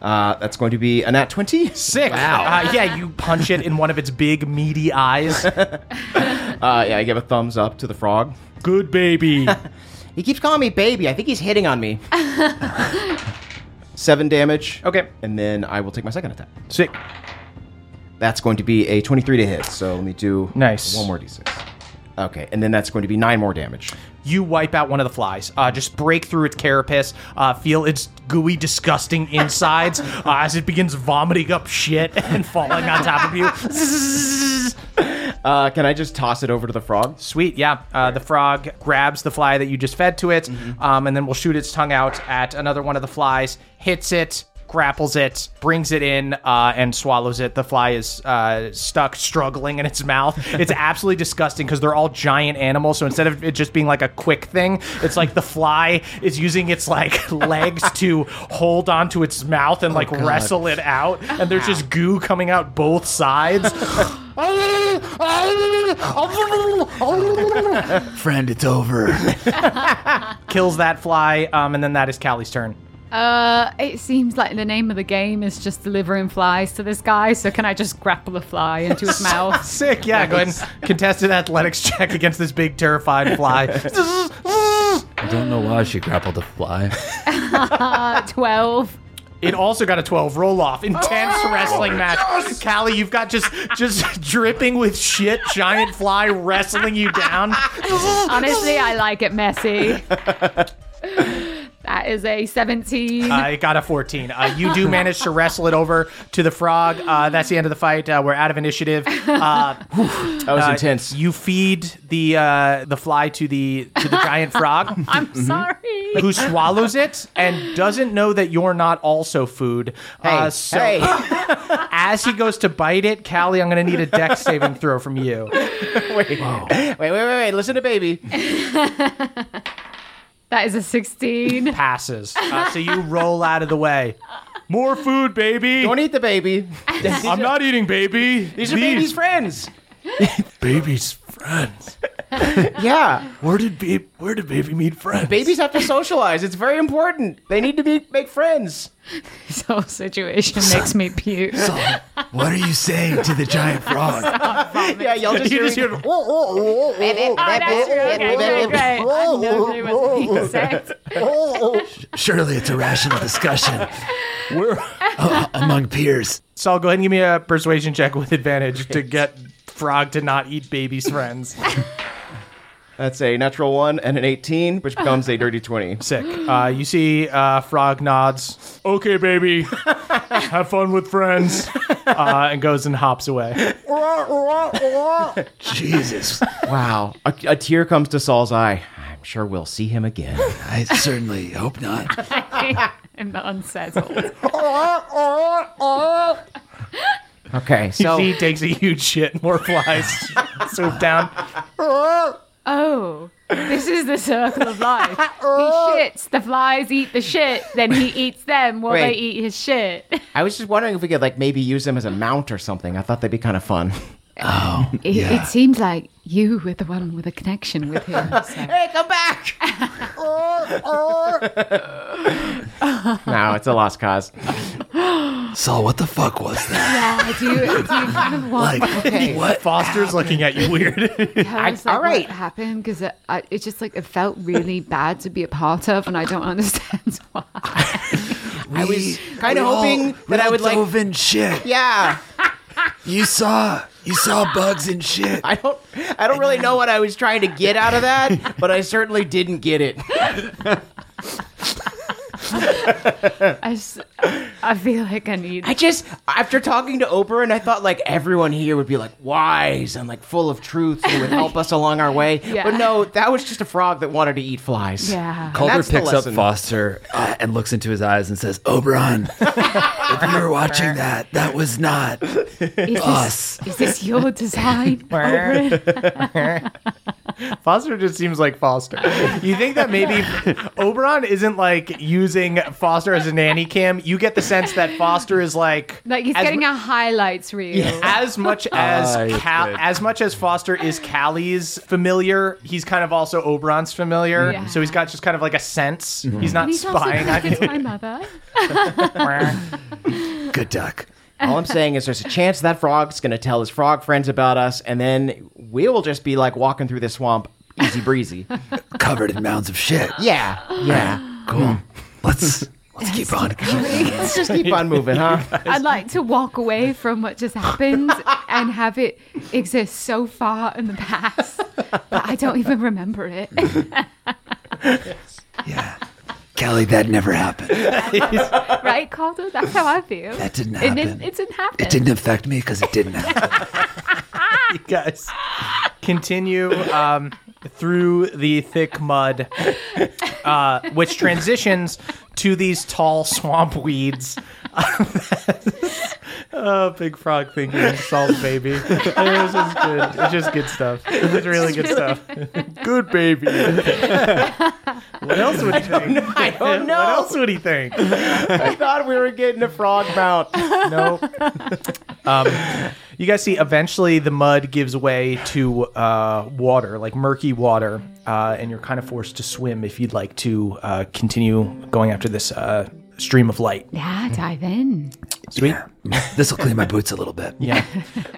Uh, that's going to be a nat 20. Sick. Uh, yeah, you punch it in one of its big meaty eyes. Uh, yeah, I give a thumbs up to the frog. Good baby. He keeps calling me baby. I think he's hitting on me. Seven damage. Okay. And then I will take my second attack. Sick. That's going to be a 23 to hit. So let me do Nice. one more d6. Okay, and then that's going to be nine more damage. You wipe out one of the flies. Uh, just break through its carapace. Uh, feel its gooey, disgusting insides uh, as it begins vomiting up shit and falling on top of you. Uh, can I just toss it over to the frog? Sweet, yeah. Uh, the frog grabs the fly that you just fed to it, Mm-hmm. um, and then will shoot its tongue out at another one of the flies, hits it, grapples it, brings it in, uh, and swallows it. The fly is uh, stuck, struggling in its mouth. It's absolutely disgusting because they're all giant animals. So instead of it just being like a quick thing, it's like the fly is using its like legs to hold onto its mouth Oh, and like wrestle it out, and there's just goo coming out both sides. Friend, it's over. kills that fly, um, and then that is Callie's turn. Uh, it seems like the name of the game is just delivering flies to this guy, so can I just grapple a fly into his mouth? Sick, yeah. Go ahead and contest an athletics check against this big terrified fly. I don't know why she grappled a fly. 12. it also got a twelve. Roll off, intense Oh, wrestling match. Callie, you've got just just dripping with shit, giant fly wrestling you down. Honestly, I like it messy. that is a 17. Uh, it got a 14. Uh, you do manage to wrestle it over to the frog. Uh, that's the end of the fight. Uh, we're out of initiative. Uh, That was intense. you feed the uh, the fly to the to the giant frog. I'm Mm-hmm. sorry. who swallows it and doesn't know that you're not also food. uh, so hey. as he goes to bite it, Callie, I'm going to need a dex saving throw from you. wait, wait, wait, wait, wait. Listen to baby. That is a 16. Passes. Uh, so you roll out of the way. More food, baby. Don't eat the baby. I'm not eating, baby. These are baby's friends. Baby's friends. Yeah, Where did baby? Where did baby meet friends? babies have to socialize. It's very important. They need to be make friends. This whole situation makes me puke. What are you saying to the giant frog? Yeah, y'all just, You just hearing- hear- Oh, Oh. oh. Surely it's a rational discussion. We're among peers. So I'll go ahead and give me a persuasion check with advantage to get Frog to not eat baby's friends. That's a natural one and an 18, which becomes a dirty 20. Sick. Uh, you see, uh, Frog nods. Okay, baby. Have fun with friends. Uh, and goes and hops away. Jesus. Wow. A, a tear comes to Saul's eye. I'm sure we'll see him again. I certainly hope not. I'm unsettled. Okay, so he takes a huge shit and more flies swoop down. oh, this is the circle of life. He shits, the flies eat the shit, then he eats them while they Wait. eat his shit. I was just wondering if we could like maybe use them as a mount or something. I thought that'd be kind of fun. Oh, It, it seems like you were the one with a connection with him. so. Hey, come back! no, it's a lost cause. Saul, what the fuck was that? yeah, do you, do you kind of want? Like, okay, what? Foster's looking at you weird. tell us, like, all right. what happened? Because it, I- it just like it felt really bad to be a part of, and I don't understand why. I was kinda hoping that I would, like- in shit. Yeah, You saw, you saw bugs and shit. I don't, I don't really know what I was trying to get out of that, but I certainly didn't get it. I, s- I feel like I need. I just, after talking to Oberon, I thought like everyone here would be like wise and like full of truth and would help us along our way. Yeah. But no, that was just a frog that wanted to eat flies. yeah. Calder That's the picks up lesson. Foster uh, and looks into his eyes and says, "Oberon, if you were watching that, that was not Is this, us." is this your design? Oberon? Foster just seems like Foster. You think that maybe Oberon isn't like using Foster as a nanny cam? You get the sense that Foster is like Like he's as getting mu- a highlights reel. as much as Ah, he's Cal- good. as much as Foster is Callie's familiar, he's kind of also Oberon's familiar. Yeah. So he's got just kind of like a sense. He's not He's also spying on against you. my mother. Good duck. All I'm saying is there's a chance that frog's going to tell his frog friends about us, and then we will just be like walking through the swamp easy breezy. covered in mounds of shit. yeah, yeah. Cool. Let's let's keep on. Let's just keep on moving, huh? I'd like to walk away from what just happened and have it exist so far in the past that I don't even remember it. Yeah. Kelly, that never happened. right, Calder? That's how I feel. That didn't It happen. didn't, it didn't happen. It didn't affect me because it didn't happen. you guys continue um, through the thick mud, uh, which transitions to these tall swamp weeds. oh, big frog thinking salt baby. It's just good. It's just good stuff. It's really good stuff. Good baby. what else would he think? I don't know. What else would he think? I thought we were getting a frog mount. No. um, you guys see, eventually the mud gives way to uh, water, like murky water, uh, and you're kind of forced to swim if you'd like to uh, continue going after this uh, stream of light. Yeah, dive in. Sweet. this will clean my boots a little bit. Yeah.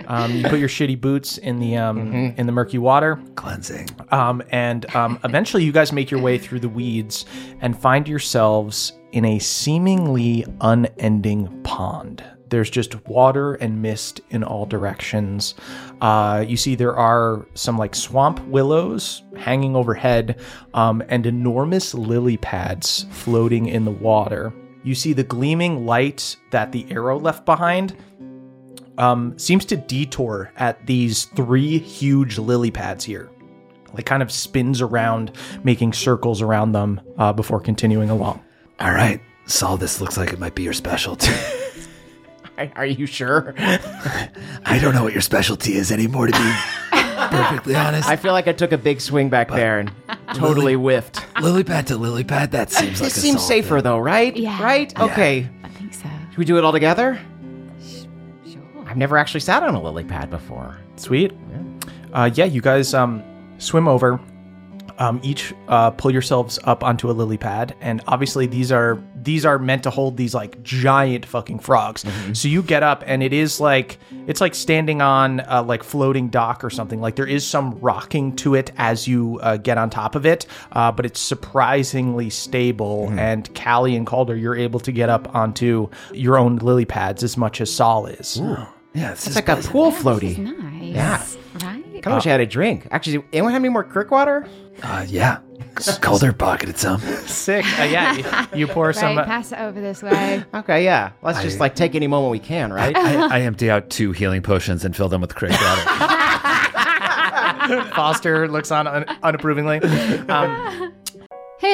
um, you put your shitty boots in the um, in the murky water, Cleansing. um, and um, eventually you guys make your way through the weeds and find yourselves in a seemingly unending pond. There's just water and mist in all directions. Uh, you see, there are some like swamp willows hanging overhead um, and enormous lily pads floating in the water. You see the gleaming light that the arrow left behind um, seems to detour at these three huge lily pads here like kind of spins around, making circles around them uh, before continuing along. All right. Saul, this looks like it might be your specialty. Are you sure? I don't know what your specialty is anymore, to be perfectly honest. I feel like I took a big swing back there and totally whiffed. lily pad to lily pad, that seems like This a seems Saul safer thing. though, right? Yeah. Right? Okay. I think so. Should we do it all together? Sure. I've never actually sat on a lily pad before. Sweet. Uh, yeah, you guys um, swim over. Um, each uh, pull yourselves up onto a lily pad, and obviously these are these are meant to hold these like giant fucking frogs. Mm-hmm. So you get up, and it is like it's like standing on uh, like floating dock or something. Like there is some rocking to it as you uh, get on top of it, uh, but it's surprisingly stable. Mm-hmm. And Callie and Calder, you're able to get up onto your own lily pads as much as Sol is. Yeah, it's just It's like a pool floaty. Nice. Yeah. Right? Kind of wish I had a drink. Actually, anyone have any more crick water? Uh, yeah. Calder pocketed some. Sick. Uh, yeah, you, you pour some. uh, Right, pass it over this way. uh, Okay, yeah. Let's I- just like take any moment we can, right? I, I empty out two healing potions and fill them with crit water. Foster looks on un- unapprovingly. Um, Hey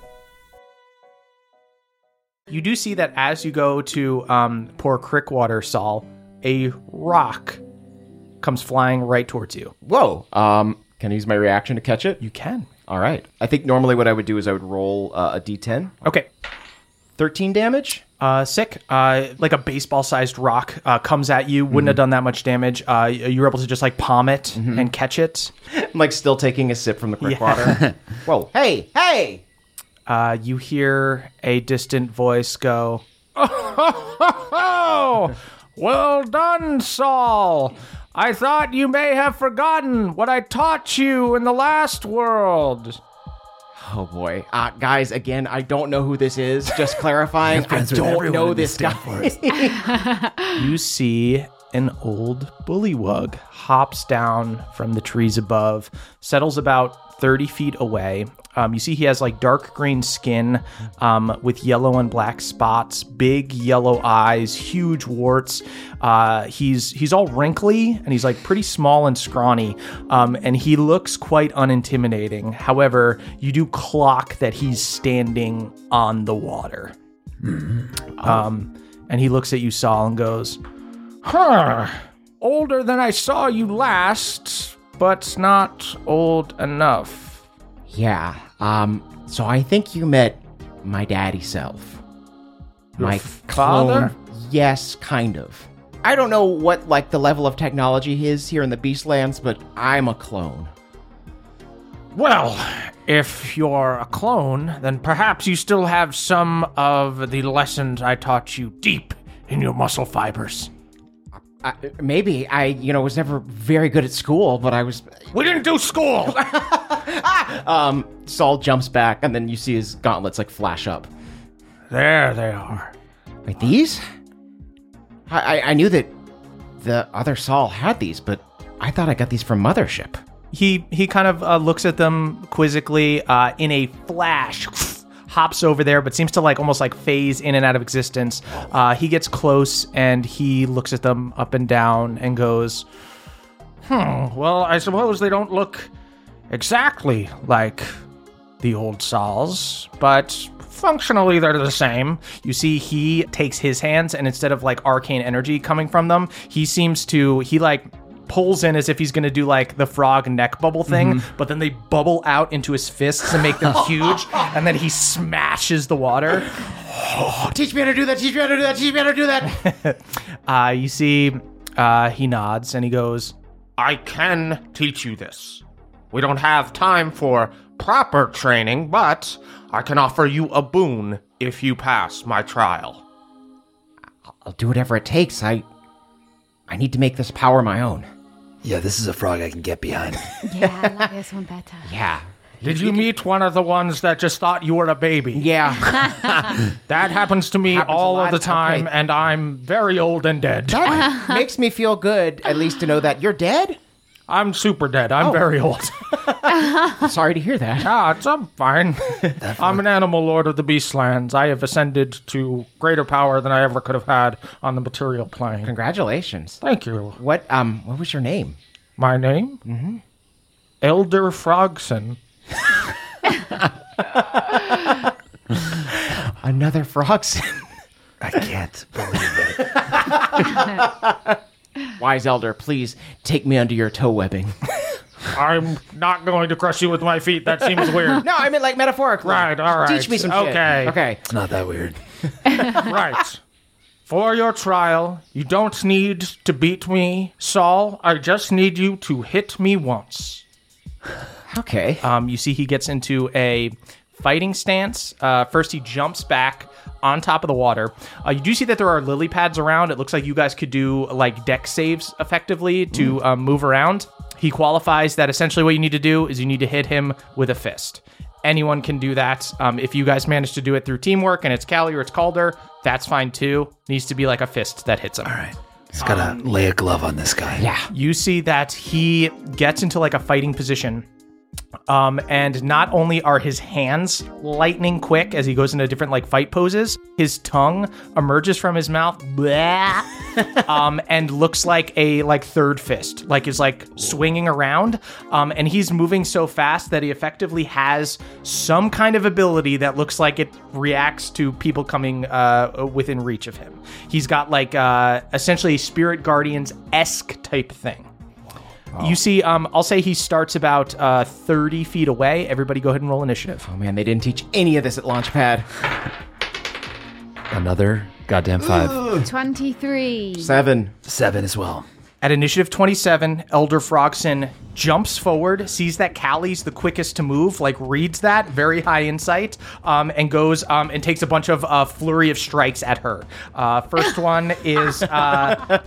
you do see that as you go to um, pour Crickwater, Saul, a rock comes flying right towards you. Whoa. Um, can I use my reaction to catch it? You can. All right. I think normally what I would do is I would roll uh, a d10. Okay. 13 damage? Uh, sick. Uh, like a baseball sized rock uh, comes at you. Wouldn't Mhm. have done that much damage. Uh, you were able to just like palm it and catch it. I'm like Mm-hmm. still taking a sip from the quick water. Whoa. Hey, hey! Uh, you hear a distant voice go, Oh, well done, Saul. I thought you may have forgotten what I taught you in the last world. Oh boy, uh, guys! Again, I don't know who this is. Just clarifying, I don't know this guy. you see an old bullywug hops down from the trees above, settles about 30 feet away. Um, you see, he has like dark green skin um, with yellow and black spots, big yellow eyes, huge warts. Uh, he's he's all wrinkly and he's like pretty small and scrawny, um, and he looks quite unintimidating. However, you do clock that he's standing on the water. Um, and he looks at you, Saul, and goes, Huh. Older than I saw you last, but not old enough. Yeah. Um. So I think you met my daddy self. Your my f- father? clone- Yes, kind of. I don't know what like the level of technology is here in the Beastlands, but I'm a clone. Well, if you're a clone, then perhaps you still have some of the lessons I taught you deep in your muscle fibers. I, maybe I, you know, was never very good at school, but I was. We didn't do school. Um. Saul jumps back, and then you see his gauntlets like flash up. There they are. Wait, these? I, I, I knew that the other Saul had these, but I thought I got these from Mothership. He he kind of uh, looks at them quizzically. Uh, in a flash, hops over there, but seems to like almost like phase in and out of existence. Uh, he gets close and he looks at them up and down and goes, Oh, Hmm. Well, I suppose they don't look exactly like the old Sauls, but functionally they're the same. You see, he takes his hands and instead of like arcane energy coming from them, he seems to he like pulls in as if he's gonna do like the frog neck bubble thing, Mhm. but then they bubble out into his fists and make them huge, and then he smashes the water. Teach me how to do that. Teach me how to do that. Teach me how to do that. Uh, you see, uh, he nods and he goes, I can teach you this. We don't have time for proper training, but I can offer you a boon if you pass my trial. I'll do whatever it takes. I I need to make this power my own. Yeah, this is a frog I can get behind. Yeah, I like this one better. Yeah. Did you meet one of the ones that just thought you were a baby? Yeah. that happens to me all of lot. the time, and I'm very old and dead. That makes me feel good, at least to know that you're dead. I'm super dead. I'm very old. Oh. Sorry to hear that. Ah, it's, I'm fine. I'm an animal lord of the beastlands. I have ascended to greater power than I ever could have had on the material plane. Congratulations. Thank you. What um what was your name? My name? Mm-hmm. Elder Frogson. Another frogson. I can't believe Wise elder, please take me under your toe webbing. I'm not going to crush you with my feet. That seems weird. no, I meant like metaphorically. Right, all right. Teach me some shit. Okay. Okay. It's not that weird. right. For your trial, you don't need to beat me, Saul. I just need you to hit me once. Okay. Um, you see, he gets into a fighting stance. Uh, first, he jumps back on top of the water. Uh, you do see that there are lily pads around. It looks like you guys could do like deck saves effectively to um, move around. He qualifies that essentially what you need to do is you need to hit him with a fist. Anyone can do that. Um, if you guys manage to do it through teamwork and it's Callie or it's Calder, that's fine too. Needs to be like a fist that hits him. All right. It's gotta Um, lay a glove on this guy. Yeah. You see that he gets into like a fighting position. Um, and not only are his hands lightning quick as he goes into different like fight poses, his tongue emerges from his mouth, blah, um, and looks like a like third fist, like is like swinging around. Um, and he's moving so fast that he effectively has some kind of ability that looks like it reacts to people coming uh, within reach of him. He's got like uh, essentially a spirit guardians esque type thing. You see, um, I'll say he starts about uh, 30 feet away. Everybody go ahead and roll initiative. Oh man, they didn't teach any of this at Launchpad. Another goddamn five. 23. Seven. Seven as well. At initiative 27, Elder Frogson jumps forward, sees that Callie's the quickest to move, like reads that, very high insight, um, and goes um, and takes a bunch of uh, flurry of strikes at her. Uh, first one is uh,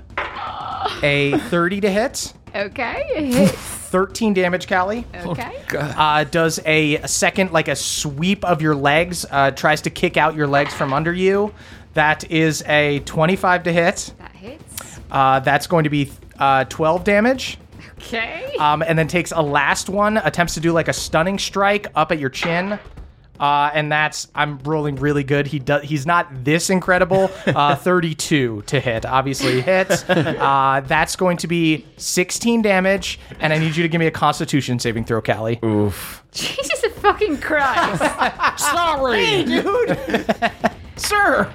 a 30 to hit, Okay, it hits. 13 damage, Callie. Okay. uh, does a, a second like a sweep of your legs uh, tries to kick out your legs from under you that is a 25 to hit That hits. uh, that's going to be uh, 12 damage Okay. um, and then takes a last one attempts to do like a stunning strike up at your chin uh, and that's I'm rolling really good. He does. He's not this incredible. Uh, 32 to hit, obviously hits. Uh, that's going to be 16 damage, and I need you to give me a Constitution saving throw, Callie. Jesus fucking Christ. Sorry, Dude, sir.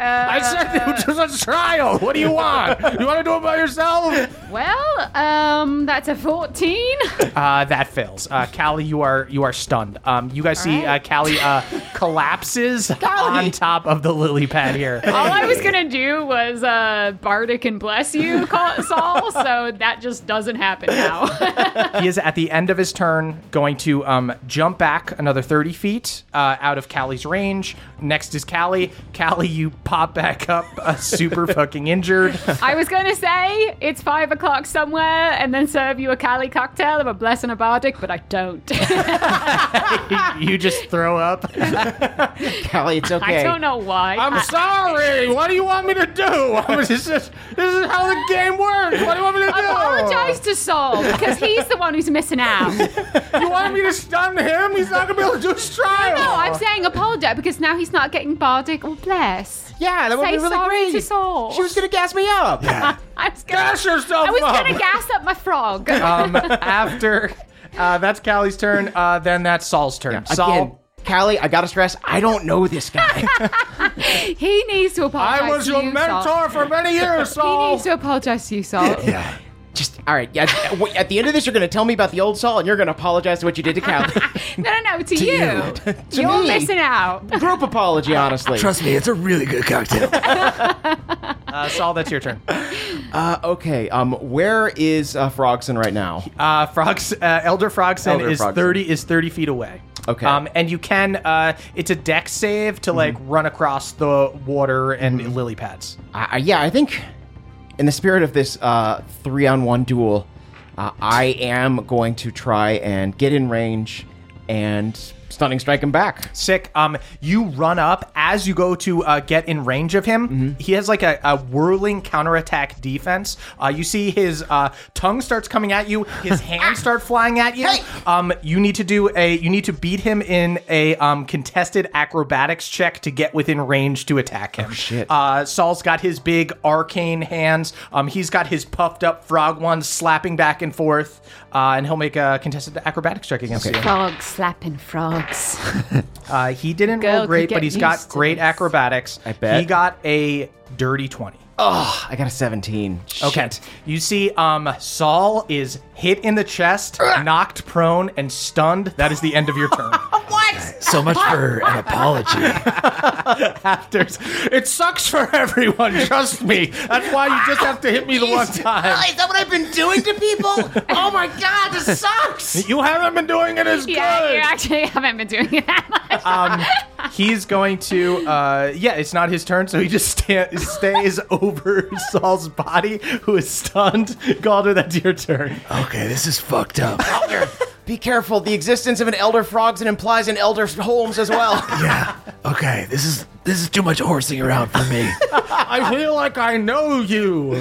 Uh, I said it was a trial. What do you want? You want to do it by yourself? well, um, that's a 14. Uh, that fails. Uh, Callie, you are you are stunned. Um, you guys see uh, Callie uh, collapses on top of the lily pad here. All I was gonna do was uh, Bardic and bless you, call Saul. So that just doesn't happen now. he is at the end of his turn going to um, jump back another 30 feet uh, out of Callie's range. Next is Callie. Callie, you pop back up uh, super fucking injured. I was gonna say it's five o'clock somewhere, and then serve you a Cali cocktail of a bless and a Bardic, but I don't. you just throw up. Callie, it's okay. I don't know why. I'm sorry. What do you want me to do? I was just, this is how the game works. What do you want me to do? apologize to Saul because he's the one who's missing out. You want me to stun him? He's not gonna be able to do his trial. Oh. No, Oh. I'm saying apologize because now he's not getting Bardic or bless. Yeah, that would Say be really sorry great. to Saul. She was gonna gas me up. I was gonna, Gas yourself I was up. gonna gas up my frog. Um, after uh, that's Callie's turn, uh, then that's Saul's turn. Saul. Again, Callie, I gotta stress, I don't Oh, know this guy. he needs to apologize. I was to your you, mentor Saul. for many years, He Saul. needs to apologize to you, Saul. Yeah. Just all right. Yeah. at- At the end of this, you're going to tell me about the old Saul, and you're going to apologize to what you did to Callie. No, no, no, to, To you. you. To You're me. missing out. Group apology, honestly. Trust me, it's a really good cocktail. Uh, Saul, that's your turn. Uh, okay. Um, where is uh, Frogson right now? Uh, frogs, uh, Elder Frogson Elder is Frogson. thirty is thirty feet away. Okay. Um, and you can uh, it's a deck save to like Mm-hmm. run across the water and lily pads. I, I- yeah, I think in the spirit of this uh, three on one duel, uh, I am going to try and get in range and stunning strike him back. Sick. Um, you run up as you go to uh, get in range of him. He has like a, a whirling counterattack defense. Uh, you see his uh, tongue starts coming at you. His hands start flying at you. Um, you need to do a you need to beat him in a um, contested acrobatics check to get within range to attack him. shit. Uh, Saul's got his big arcane hands. Um, he's got his puffed up frog ones slapping back and forth. Uh, and he'll make a contested acrobatics check against you. Frogs slapping frogs. Uh, he didn't Girl roll could great, get but he's used got to great acrobatics. I bet. he got a dirty twenty. Oh, I got a 17. Okay, you see, um, Saul is hit in the chest, knocked prone, and stunned. That is the end of your turn. What? So much for an apology. After it sucks for everyone, trust me. That's why you just have to hit me the one time. that what I've been doing to people? oh my god, this sucks! You haven't been doing it as yeah, good. you actually haven't been doing it that much. um, he's going to uh, yeah it's not his turn so he just sta- stays over saul's body who is stunned galder that's your turn okay this is fucked up Be careful. The existence of an elder Frogson implies an elder Holmes as well. yeah. Okay, this is this is too much horsing around for me. I feel like I know you.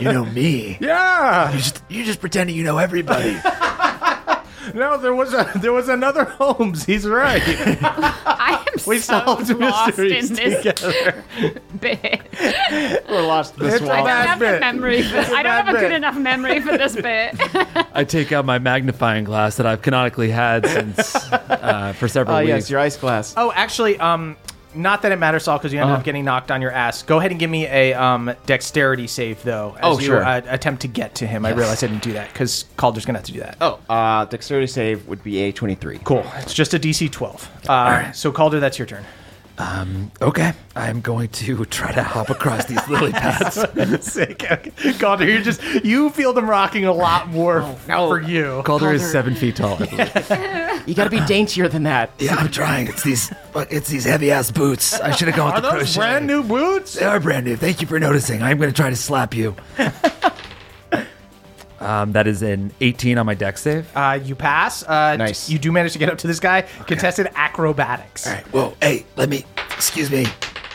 You know me. Yeah. You just you just pretending you know everybody. no there was a there was another holmes he's right I am we so solved lost mysteries in this together bit. We're lost I don't have the memory. For, It's a I don't bad have a good bit. enough memory for this bit. I take out my magnifying glass that I've canonically had since uh, for several Ah, weeks. yes, your ice glass. oh actually um not that it matters Saul because you ended Uh-huh. up getting knocked on your ass go ahead and give me a um dexterity save though as Oh, you sure. uh, attempt to get to him i Yes. realize i didn't do that because calder's gonna have to do that Oh, uh, dexterity save would be a 23. Cool. It's just a DC 12. Uh, So, Calder, that's your turn. Um, okay, I'm going to try to hop across these lily pads. Sick. Okay. Calder, you just you feel them rocking a lot more Oh, for you. Calder is seven feet tall. You gotta be daintier than that. Yeah, I'm trying. It's these fuck, it's these heavy ass boots. I should have gone with Are the those crochet. brand new boots? They are brand new. Thank you for noticing. I'm going to try to slap you. Um, that is an 18 on my deck save. Uh, you pass. Uh, nice. You do manage to get up to this guy. Contested acrobatics. All right. Whoa. Hey, let me. Excuse me.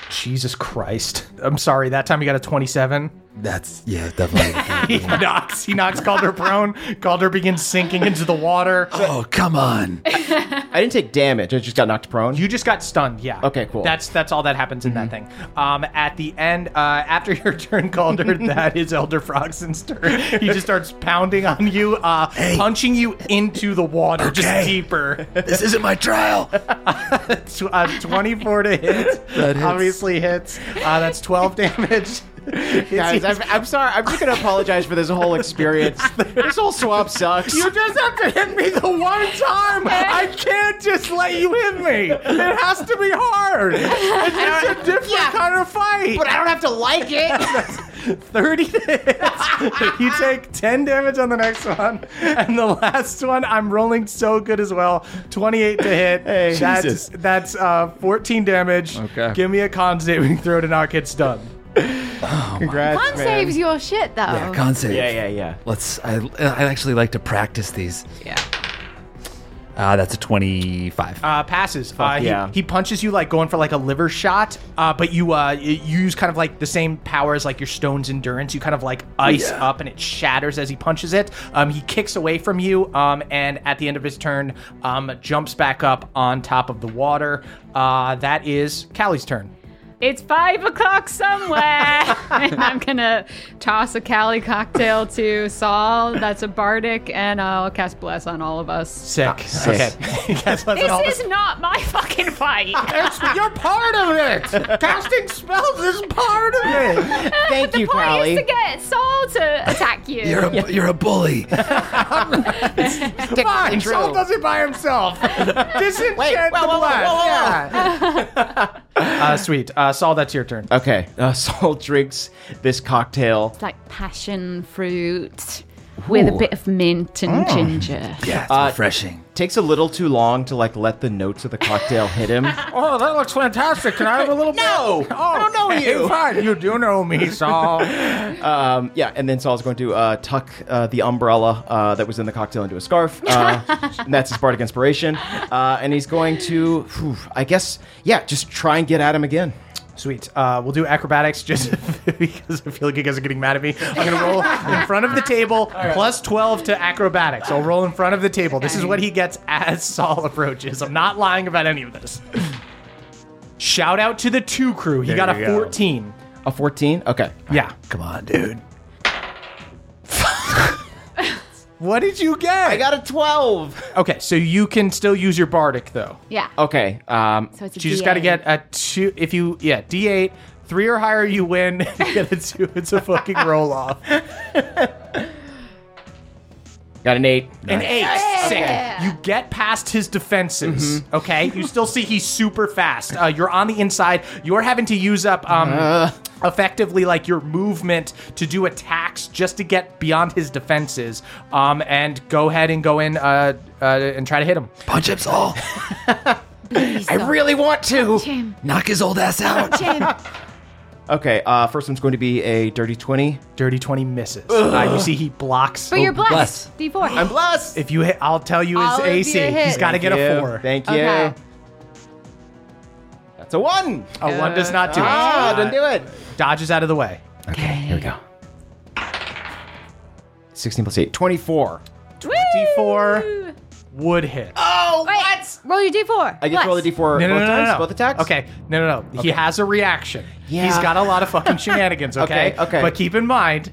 Jesus Christ. I'm sorry. That time you got a 27. That's yeah, definitely. he knocks. He knocks Calder prone. Calder begins sinking into the water. Oh, come on. I didn't take damage. I just got knocked prone. You just got stunned. Yeah. Okay, cool. That's that's all that happens in that Mm-hmm. thing. Um, at the end, uh, after your turn, Calder, that is Elder Frogson's turn. He just starts pounding on you, uh, punching you into the water, Okay. just deeper. This isn't my trial. Tw- uh, Twenty-four to hit. That hits. Obviously hits. Uh, that's twelve damage. Guys, I'm, I'm sorry. I'm just gonna apologize for this whole experience. this whole swap sucks. You just have to hit me the one time. I can't just let you hit me. It has to be hard. It's a different kind of fight. But I don't have to like it. 30 hits. you take 10 damage on the next one. And the last one, I'm rolling so good as well. 28 to hit. Hey, that's, Jesus. that's uh, 14 damage. Okay. Give me a con saving throw to knock it stunned. Congrats, Con saves your shit though. Yeah, con save. Yeah, yeah, yeah. Let's. I I actually like to practice these. Yeah. Uh, Ah, that's a 25. Uh, passes. Uh, he, yeah. he punches you like going for like a liver shot, uh, but you uh, y- you use kind of like the same power as like your stone's endurance. You kind of like ice Yeah. up and it shatters as he punches it. Um, he kicks away from you, um, and at the end of his turn, um, jumps back up on top of the water. Uh, that is Callie's turn. It's five o'clock somewhere. and I'm gonna toss a Cali cocktail to Saul. That's a bardic, and I'll cast bless on all of us. Sick. Okay. Cast bless on all of This us. is not my fucking fight. you're part of it. Casting spells is part of it. Thank the you, point Polly. is to get Saul to attack you. You're a, you're a bully. Fine, Saul does it by himself. Disenchant the blood. Uh, sweet. Uh, Saul, that's your turn. Okay. Uh, Saul drinks this cocktail. It's like passion fruit with a Ooh. bit of mint and Mm. ginger. refreshing. Takes a little too long to like let the notes of the cocktail hit him. Oh, that looks fantastic. Can I have a little no, bit? No, I don't know you. Fine, you do know me, Saul. um, yeah, and then Saul's going to uh, tuck uh, the umbrella uh, that was in the cocktail into a scarf. Uh, and that's his bardic inspiration. Uh, and he's going to, phew, I guess, yeah, just try and get at him again. Sweet. Uh, we'll do acrobatics just because I feel like you guys are getting mad at me. I'm going to roll in front of the table plus 12 to acrobatics. I'll roll in front of the table. This is what he gets as Saul approaches. I'm not lying about any of this. Shout out to the two crew. He There got you a go. 14. A 14? Okay. Yeah. Come on, dude. What did you get? I got a 12. Okay, so you can still use your bardic though. Yeah. Okay. Um, So it's a you just got to D8. get a two. If you yeah, D eight, three or higher, you win. you get a two. It's a fucking roll off. Got an 8. An Nice. eight. Sick. You get past his defenses. Mm-hmm. Okay. You still see he's super fast. Uh, you're on the inside. You're having to use up um, Uh. effectively like your movement to do attacks just to get beyond his defenses. Um, and go ahead and go in uh, uh, and try to hit him. Punch him, Saul. I really want to. Knock his old ass out. Okay, uh, first one's going to be a dirty 20. Dirty 20 misses. Uh, you see he blocks. Oh, But you're blessed. D4. I'm blessed. If you hit, I'll tell you his All of you AC. He's hit. got to get a Thank you. four. Thank you. Okay. That's a 1. A one does not do it. Ah, didn't do it. Dodges out of the way. Okay, here we go. 16 plus 8, 24. 24 would hit. Oh, Wait, what? Roll your D4. I get to roll the d4 no, no, no, both no, times, no. both attacks? Okay, no, no, no. He Okay. has a reaction. Yeah. He's got a lot of fucking shenanigans, okay? Okay, okay. But keep in mind,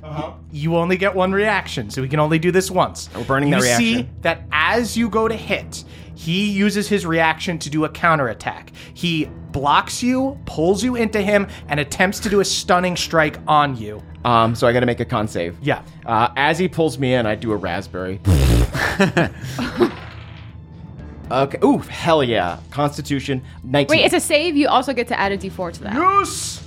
you only get one reaction, so we can only do this once. We're burning you that see reaction. that as you go to hit, he uses his reaction to do a counterattack. He blocks you, pulls you into him, and attempts to do a stunning strike on you. Um, so I got to make a con save. Yeah. Uh, as he pulls me in, I do a raspberry. okay. Ooh, hell yeah. Constitution 19. Wait, it's a save. You also get to add a D4 to that. Yes.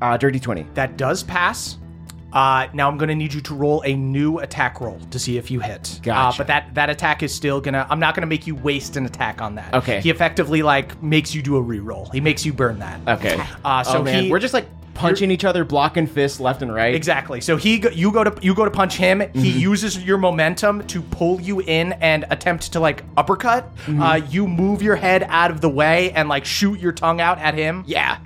uh, dirty 20. That does pass. Uh, now I'm going to need you to roll a new attack roll to see if you hit. Gotcha. Uh, but that that attack is still gonna. I'm not going to make you waste an attack on that. Okay. He effectively like makes you do a reroll. He makes you burn that. Okay. Uh, so oh, man. he- We're just like punching each other, blocking fists left and right. Mm-hmm. Exactly. So he, go- you go to you go to punch him. He uses your momentum to pull you in and attempt to like uppercut. Mm-hmm. Uh, you move your head out of the way and like shoot your tongue out at him. Yeah.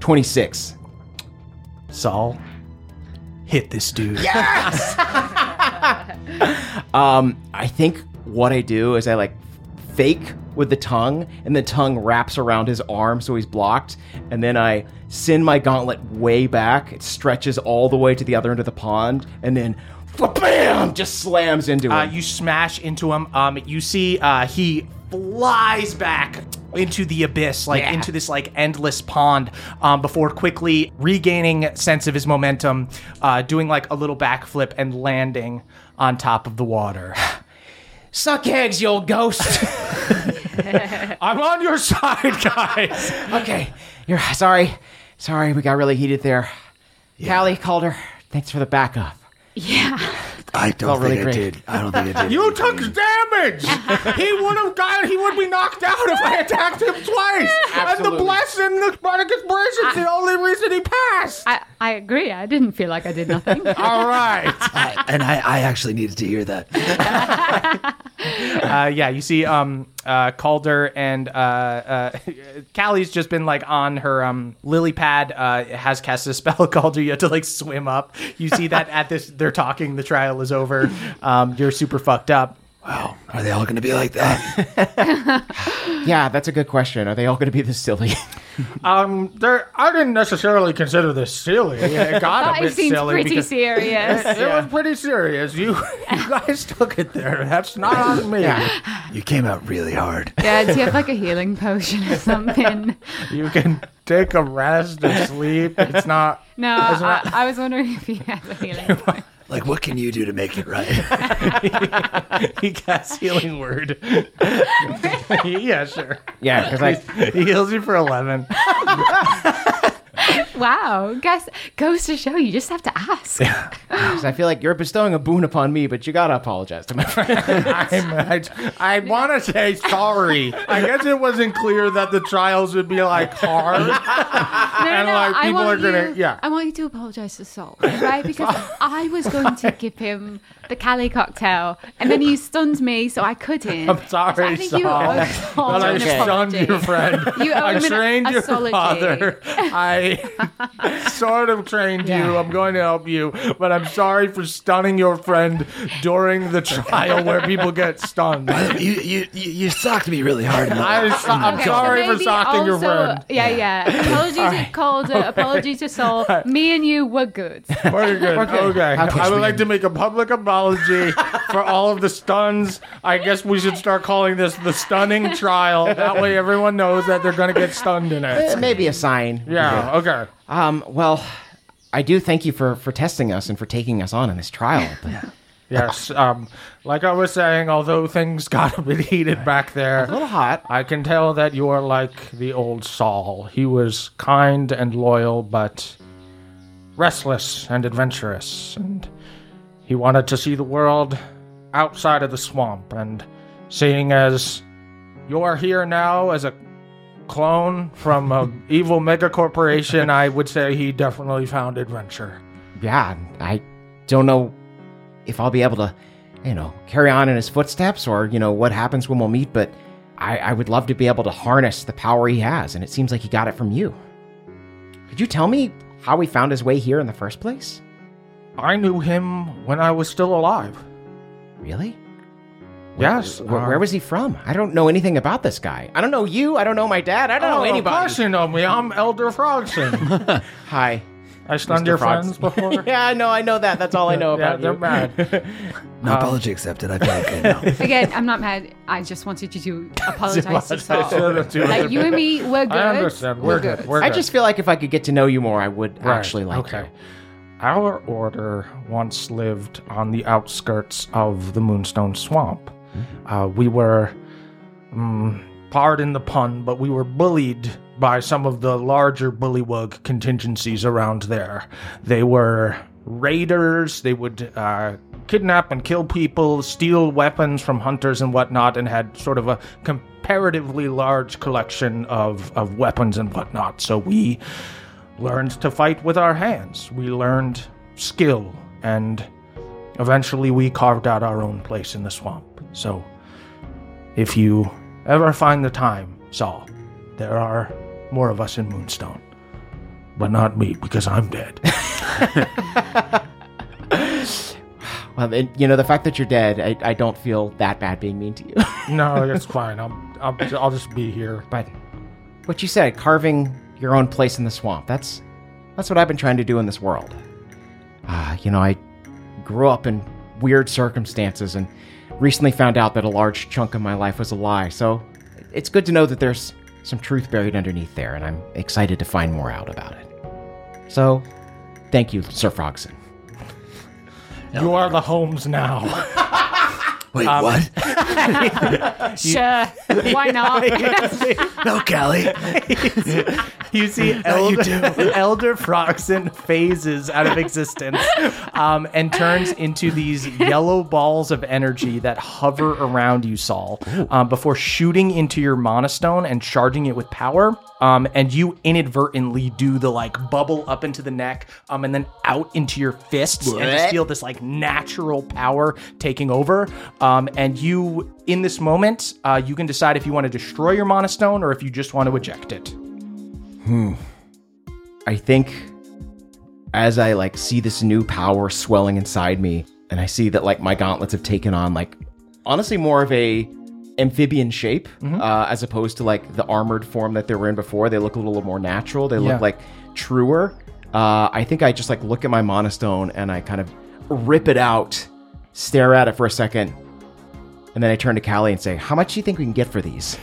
26. Saul, hit this dude. Um, I think what I do is I like fake with the tongue, and the tongue wraps around his arm so he's blocked, and then I send my gauntlet way back. It stretches all the way to the other end of the pond, and then bam, just slams into him. Uh, you smash into him. Um, you see, uh, he flies back into the abyss, like into this like endless pond. Um, before quickly regaining sense of his momentum, uh, doing like a little backflip and landing on top of the water. Suck eggs, you old ghost. I'm on your side, guys. okay, you're sorry, sorry, we got really heated there. Callie Calder, thanks for the backup. I Felt don't really think I great. did. I don't think I did. You took damage. He would have died. He would be knocked out if I attacked him twice. And Absolutely. the blessing, the bardic inspiration's the only reason he passed. I, I agree. I didn't feel like I did nothing. All right. I, and I, I actually needed to hear that. uh, yeah, you see, um, uh, Calder and uh, uh, Callie's just been like on her um, lily pad. Uh, has cast a spell. Calder, you have to like swim up. You see that at this, they're talking. The trial is over. Um, you're super fucked up. Wow, Are they all going to be like that? yeah, that's a good question. Are they all going to be this silly? Um, there, I didn't necessarily consider this silly. It got a It bit seems silly pretty because- serious. It, it was pretty serious. You, you guys took it there. That's not on me. You came out really hard. Yeah, do you have like a healing potion or something? You can take a rest and sleep. It's not. No, uh, it's I, not- I was wondering if you had a healing. Like, what can you do to make it right? he casts healing word. yeah, sure. Yeah, 'cause I- he heals you for eleven. wow, guess goes to show you just have to ask. Because I feel like you're bestowing a boon upon me, but you gotta apologize to my friend. I'm, I, I want to say sorry. I guess it wasn't clear that the trials would be like hard. No, no, and no, like I people are want gonna, you, yeah. I want you to apologize to Saul, right? Because I was going to give him the Cali cocktail, and then you stunned me, so I couldn't. I'm sorry, So I think you Saul. owe That Saul I an stunned apology. your friend. You owe I him an trained your apology. father. I sort of trained you. I'm going to help you, but I'm sorry for stunning your friend during the trial where people get stunned. you, you, you, you socked me really hard. in the- I was- in the I'm gut. sorry for Maybe socking your friend. Yeah, yeah. Apology to Calder. Apology to Saul. Me and you were good. Very good. Okay. Okay. I would like to make a public apology for all of the stuns. I guess we should start calling this the stunning trial. That way everyone knows that they're going to get stunned in Eh, Uh, it. Maybe a sign. Yeah, okay. Um, well, I do thank you for, for testing us and for taking us on in this trial. But Yes. Um, like I was saying, although things got a bit heated back there, a little hot. I can tell that you are like the old Saul. He was kind and loyal, but restless and adventurous, and he wanted to see the world outside of the swamp. And seeing as you are here now as a clone from a evil mega corporation, I would say he definitely found adventure. yeah, I don't know if I'll be able to, you know, carry on in his footsteps or, you know, what happens when we'll meet, but I, I would love to be able to harness the power he has, and it seems like he got it from you. Could you tell me how he found his way here in the first place? I knew him when I was still alive. Really? Yes. uh, Where, where was he from? I don't know anything about this guy. I don't know you. I don't know my dad. I don't know Oh, Of anybody. course you know me. I'm Elder Frogson. Hi. I stunned your friends before. yeah, I know. I know that. That's all I know Yeah, about they're you. mad. No apology accepted. I feel okay now. Again, I'm not mad. I just wanted you to apologize to Saul. Apologize to Like the you and me people. were good. I understand. We're good. We're I good. just feel like if I could get to know you more, I would Right, actually like okay. Our order once lived on the outskirts of the Moonstone Swamp. Uh, we were, mm, pardon the pun, but we were bullied by some of the larger bullywug contingencies around there. They were raiders, they would uh, kidnap and kill people, steal weapons from hunters and whatnot, and had sort of a comparatively large collection of, of weapons and whatnot. So we learned to fight with our hands. We learned skill, and eventually we carved out our own place in the swamp. So, if you ever find the time, Saul, there are more of us in Moonstone. But not me, because I'm dead. you. Well, then, you know, the fact that you're dead, I, I don't feel that bad being mean to you. no, it's fine. I'm, I'm, I'll just be here. But what you said, carving your own place in the swamp, that's that's what I've been trying to do in this world. Uh, you know, I grew up in weird circumstances and recently found out that a large chunk of my life was a lie, so it's good to know that there's some truth buried underneath there, and I'm excited to find more out about it. So, thank you, Sir Frogson. you are the homes now. Wait, Um, what? Sure. Why not? No, Callie. You see Elder, Elder Froxen phases out of existence um, and turns into these yellow balls of energy that hover around you, Saul, um, before shooting into your monostone and charging it with power. Um, and you inadvertently do the like bubble up into the neck um, and then out into your fists and just What? feel this like natural power taking over. Um, and you, in this moment, uh, you can decide if you want to destroy your monostone or if you just want to eject it. Hmm. I think as I like see this new power swelling inside me, and I see that like my gauntlets have taken on like honestly more of a amphibian shape uh, as opposed to like the armored form that they were in before. They look a little more natural. They Yeah. look like truer. Uh, I think I just like look at my monostone and I kind of rip it out, stare at it for a second, and then I turn to Callie and say, "How much do you think we can get for these?"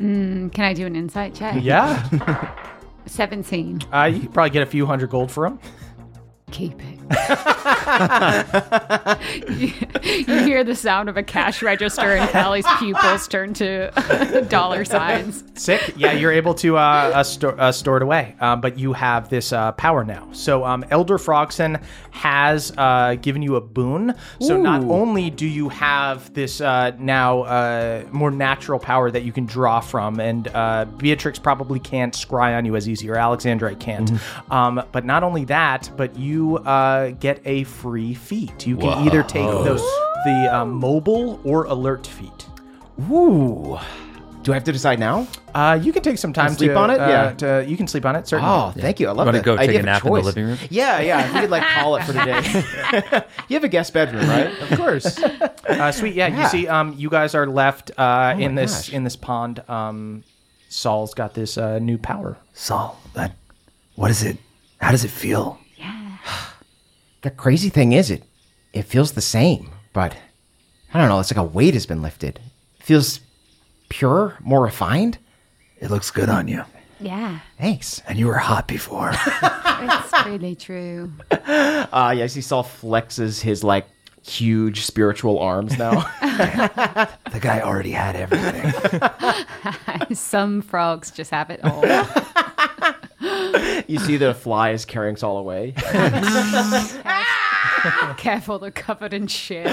Mm, can I do an insight check? Yeah. 17. Uh, you could probably get a few hundred gold for him. Keep it. you hear the sound of a cash register and Callie's pupils turn to dollar signs. Sick. Yeah, you're able to uh, uh, sto- uh, store it away, um, but you have this uh, power now. So um, Elder Frogson has uh, given you a boon. So not Ooh. only do you have this uh, now uh, more natural power that you can draw from, and uh, Beatrix probably can't scry on you as easy, or Alexandra can't. Um, but not only that, but you uh, get a free feat. You can either take Whoa. those the uh, mobile or alert feat. Ooh. Do I have to decide now? Uh, you can take some time And sleep to on it? uh, Yeah. to- you can sleep on it. Certainly. Oh, thank you. I love want that. I did have choice. Yeah, yeah. We could like call it for today. you have a guest bedroom, right? Of course. uh, sweet. Yeah, You Yeah. Oh see, um, you guys are left uh, in my this gosh. in this pond. Um, Saul's got this uh, new power. Saul, that what is it? How does it feel? The crazy thing is, it it feels the same, but I don't know. It's like a weight has been lifted. It feels purer, more refined. It looks good on you. Yeah, Thanks. And you were hot before. it's really true. Uh, yeah, I see Saul flexes his like huge spiritual arms now. the guy already had everything. Some frogs just have it all. you see the fly is carrying Saul away. Careful, they're covered in shit.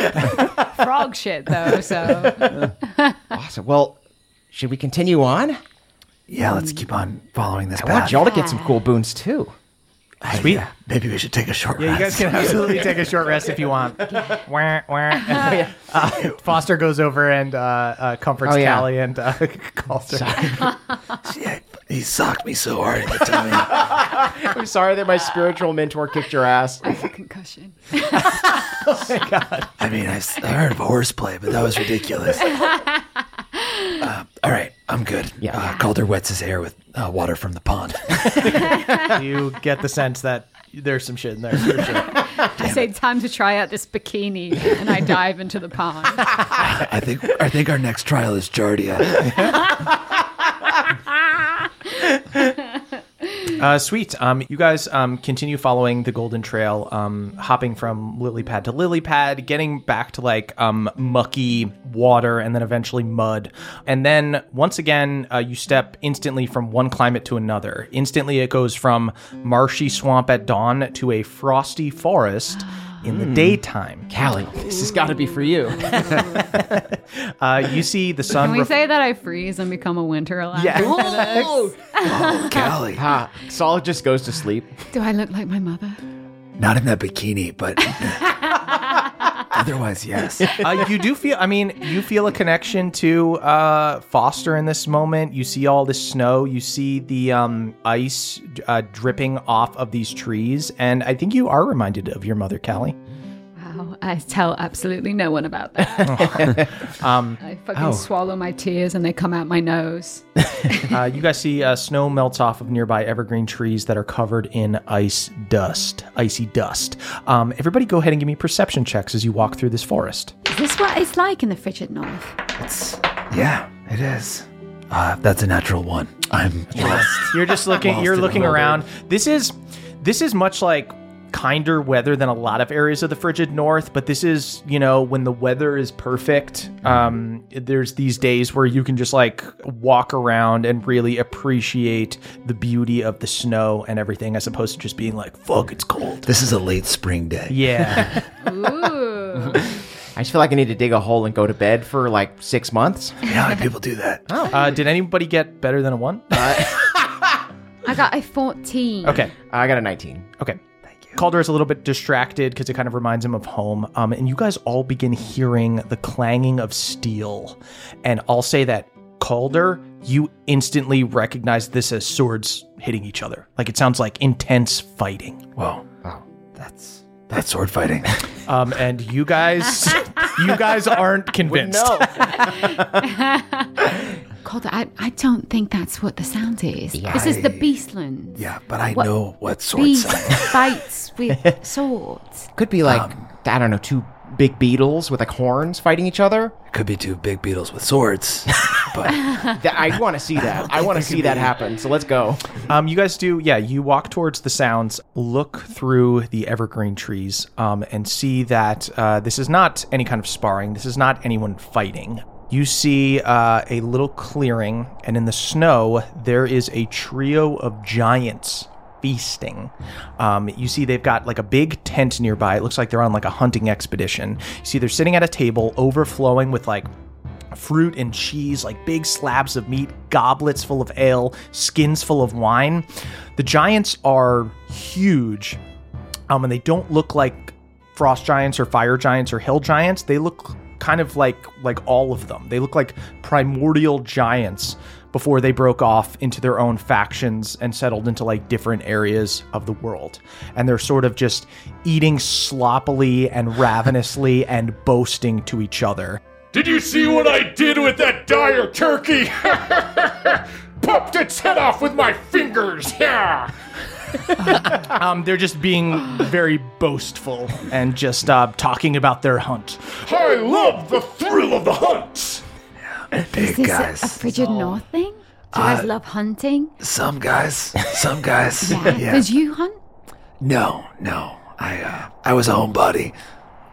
Frog shit, though, so. awesome. Well, should we continue on? Yeah, let's keep on following this I path. want y'all to get some cool boons too. Sweet. maybe we should take a short Yeah, you rest. guys can absolutely take a short rest if you want. Wah, wah. Uh, Foster goes over and uh, uh, comforts Oh, yeah. Callie and uh, calls her. he socked me so hard in the tummy. I'm sorry that my spiritual mentor kicked your ass. concussion. Oh I mean, I, s- I heard of horseplay, but that was ridiculous. Uh, all right, I'm good. Yeah. Uh, Calder wets his hair with uh, water from the pond. you get the sense that there's some shit in there. For sure. I say, time to try out this bikini, and I dive into the pond. I think I think our next trial is Jardia. Uh, sweet. Um, you guys um, continue following the Golden Trail, um, hopping from lily pad to lily pad, getting back to like um, mucky water and then eventually mud. And then once again, uh, you step instantly from one climate to another. Instantly, it goes from marshy swamp at dawn to a frosty forest in the daytime. Hmm. Callie, this has got to be for you. uh, you see the sun. Can we ref- say that I freeze and become a winter lamb? Yeah. Callie. Ha, Saul just goes to sleep. Do I look like my mother? Not in that bikini, but otherwise, yes. uh, you do feel. I mean, you feel a connection to uh, Foster in this moment. You see all this snow. You see the um, ice uh, dripping off of these trees, and I think you are reminded of your mother, Callie. Wow, I tell absolutely no one about that. Um, I fucking oh. swallow my tears and they come out my nose. uh, you guys see uh, snow melts off of nearby evergreen trees that are covered in ice dust, icy dust. Um, everybody, go ahead and give me perception checks as you walk through this forest. Is this what it's like in the frigid north? It's yeah, it is. Uh, that's a natural one. I'm lost. You're just looking. Lost you're in looking the around. This is this is much like kinder weather than a lot of areas of the frigid north but this is you know when the weather is perfect um there's these days where you can just like walk around and really appreciate the beauty of the snow and everything as opposed to just being like fuck it's cold This is a late spring day. yeah Ooh. I just feel like I need to dig a hole and go to bed for like six months. Oh. Yeah, people do that. uh, did anybody get better than a one I got a 14. okay I got a 19. Okay. Thank you. Calder is a little bit distracted because it kind of reminds him of home. Um, and you guys all begin hearing the clanging of steel. And I'll say that, Calder, you instantly recognize this as swords hitting each other. Like it sounds like intense fighting. Whoa. Wow. That's that's sword fighting. Um, and you guys You guys aren't convinced. Calder, I, I don't think that's what the sound is. This is the Beastlands. Yeah, but I know sort. what sword Beast sound. fights with swords. Could be like Um, I don't know, two big beetles with like horns fighting each other. Could be two big beetles with swords. That- I want to see that. I want to see that happen. So let's go. Um, you guys do, yeah. You walk towards the sounds, look through the evergreen trees, um, and see that uh, this is not any kind of sparring. This is not anyone fighting. You see uh, a little clearing, and in the snow there is a trio of giants feasting. Um, you see they've got like a big tent nearby. It looks like they're on like a hunting expedition. You see they're sitting at a table overflowing with like fruit and cheese, like big slabs of meat, goblets full of ale, skins full of wine. The giants are huge, um, and they don't look like frost giants or fire giants or hill giants. They look kind of like like all of them. They look like primordial giants before they broke off into their own factions and settled into like different areas of the world. And they're sort of just eating sloppily and ravenously and boasting to each other. Did you see what I did with that dire turkey? Popped its head off with my fingers. Yeah. um, they're just being very boastful and just uh, talking about their hunt. I love the thrill of the hunt. Is this a- a frigid north thing? Do you guys love hunting? Some guys, some guys. Yeah. Because you hunt? No, no. I uh, I was a homebody.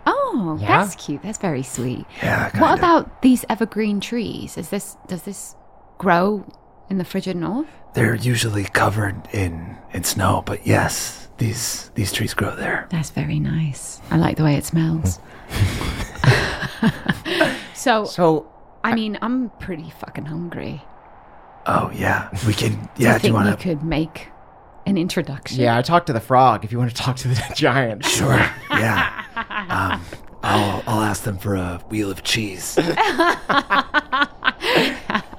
Oh, Yeah. that's cute. That's very sweet. Yeah, What about these evergreen trees? Is this does this grow in the frigid north? They're usually covered in in snow, but yes, these these trees grow there. That's very nice. I like the way it smells. So, so I mean, I'm pretty fucking hungry. Oh yeah, we can. Do you Yeah, do you think wanna- we could make an introduction? Yeah, I talked to the frog. If you want to talk to the giant, sure. Yeah. Um, I'll I'll ask them for a wheel of cheese.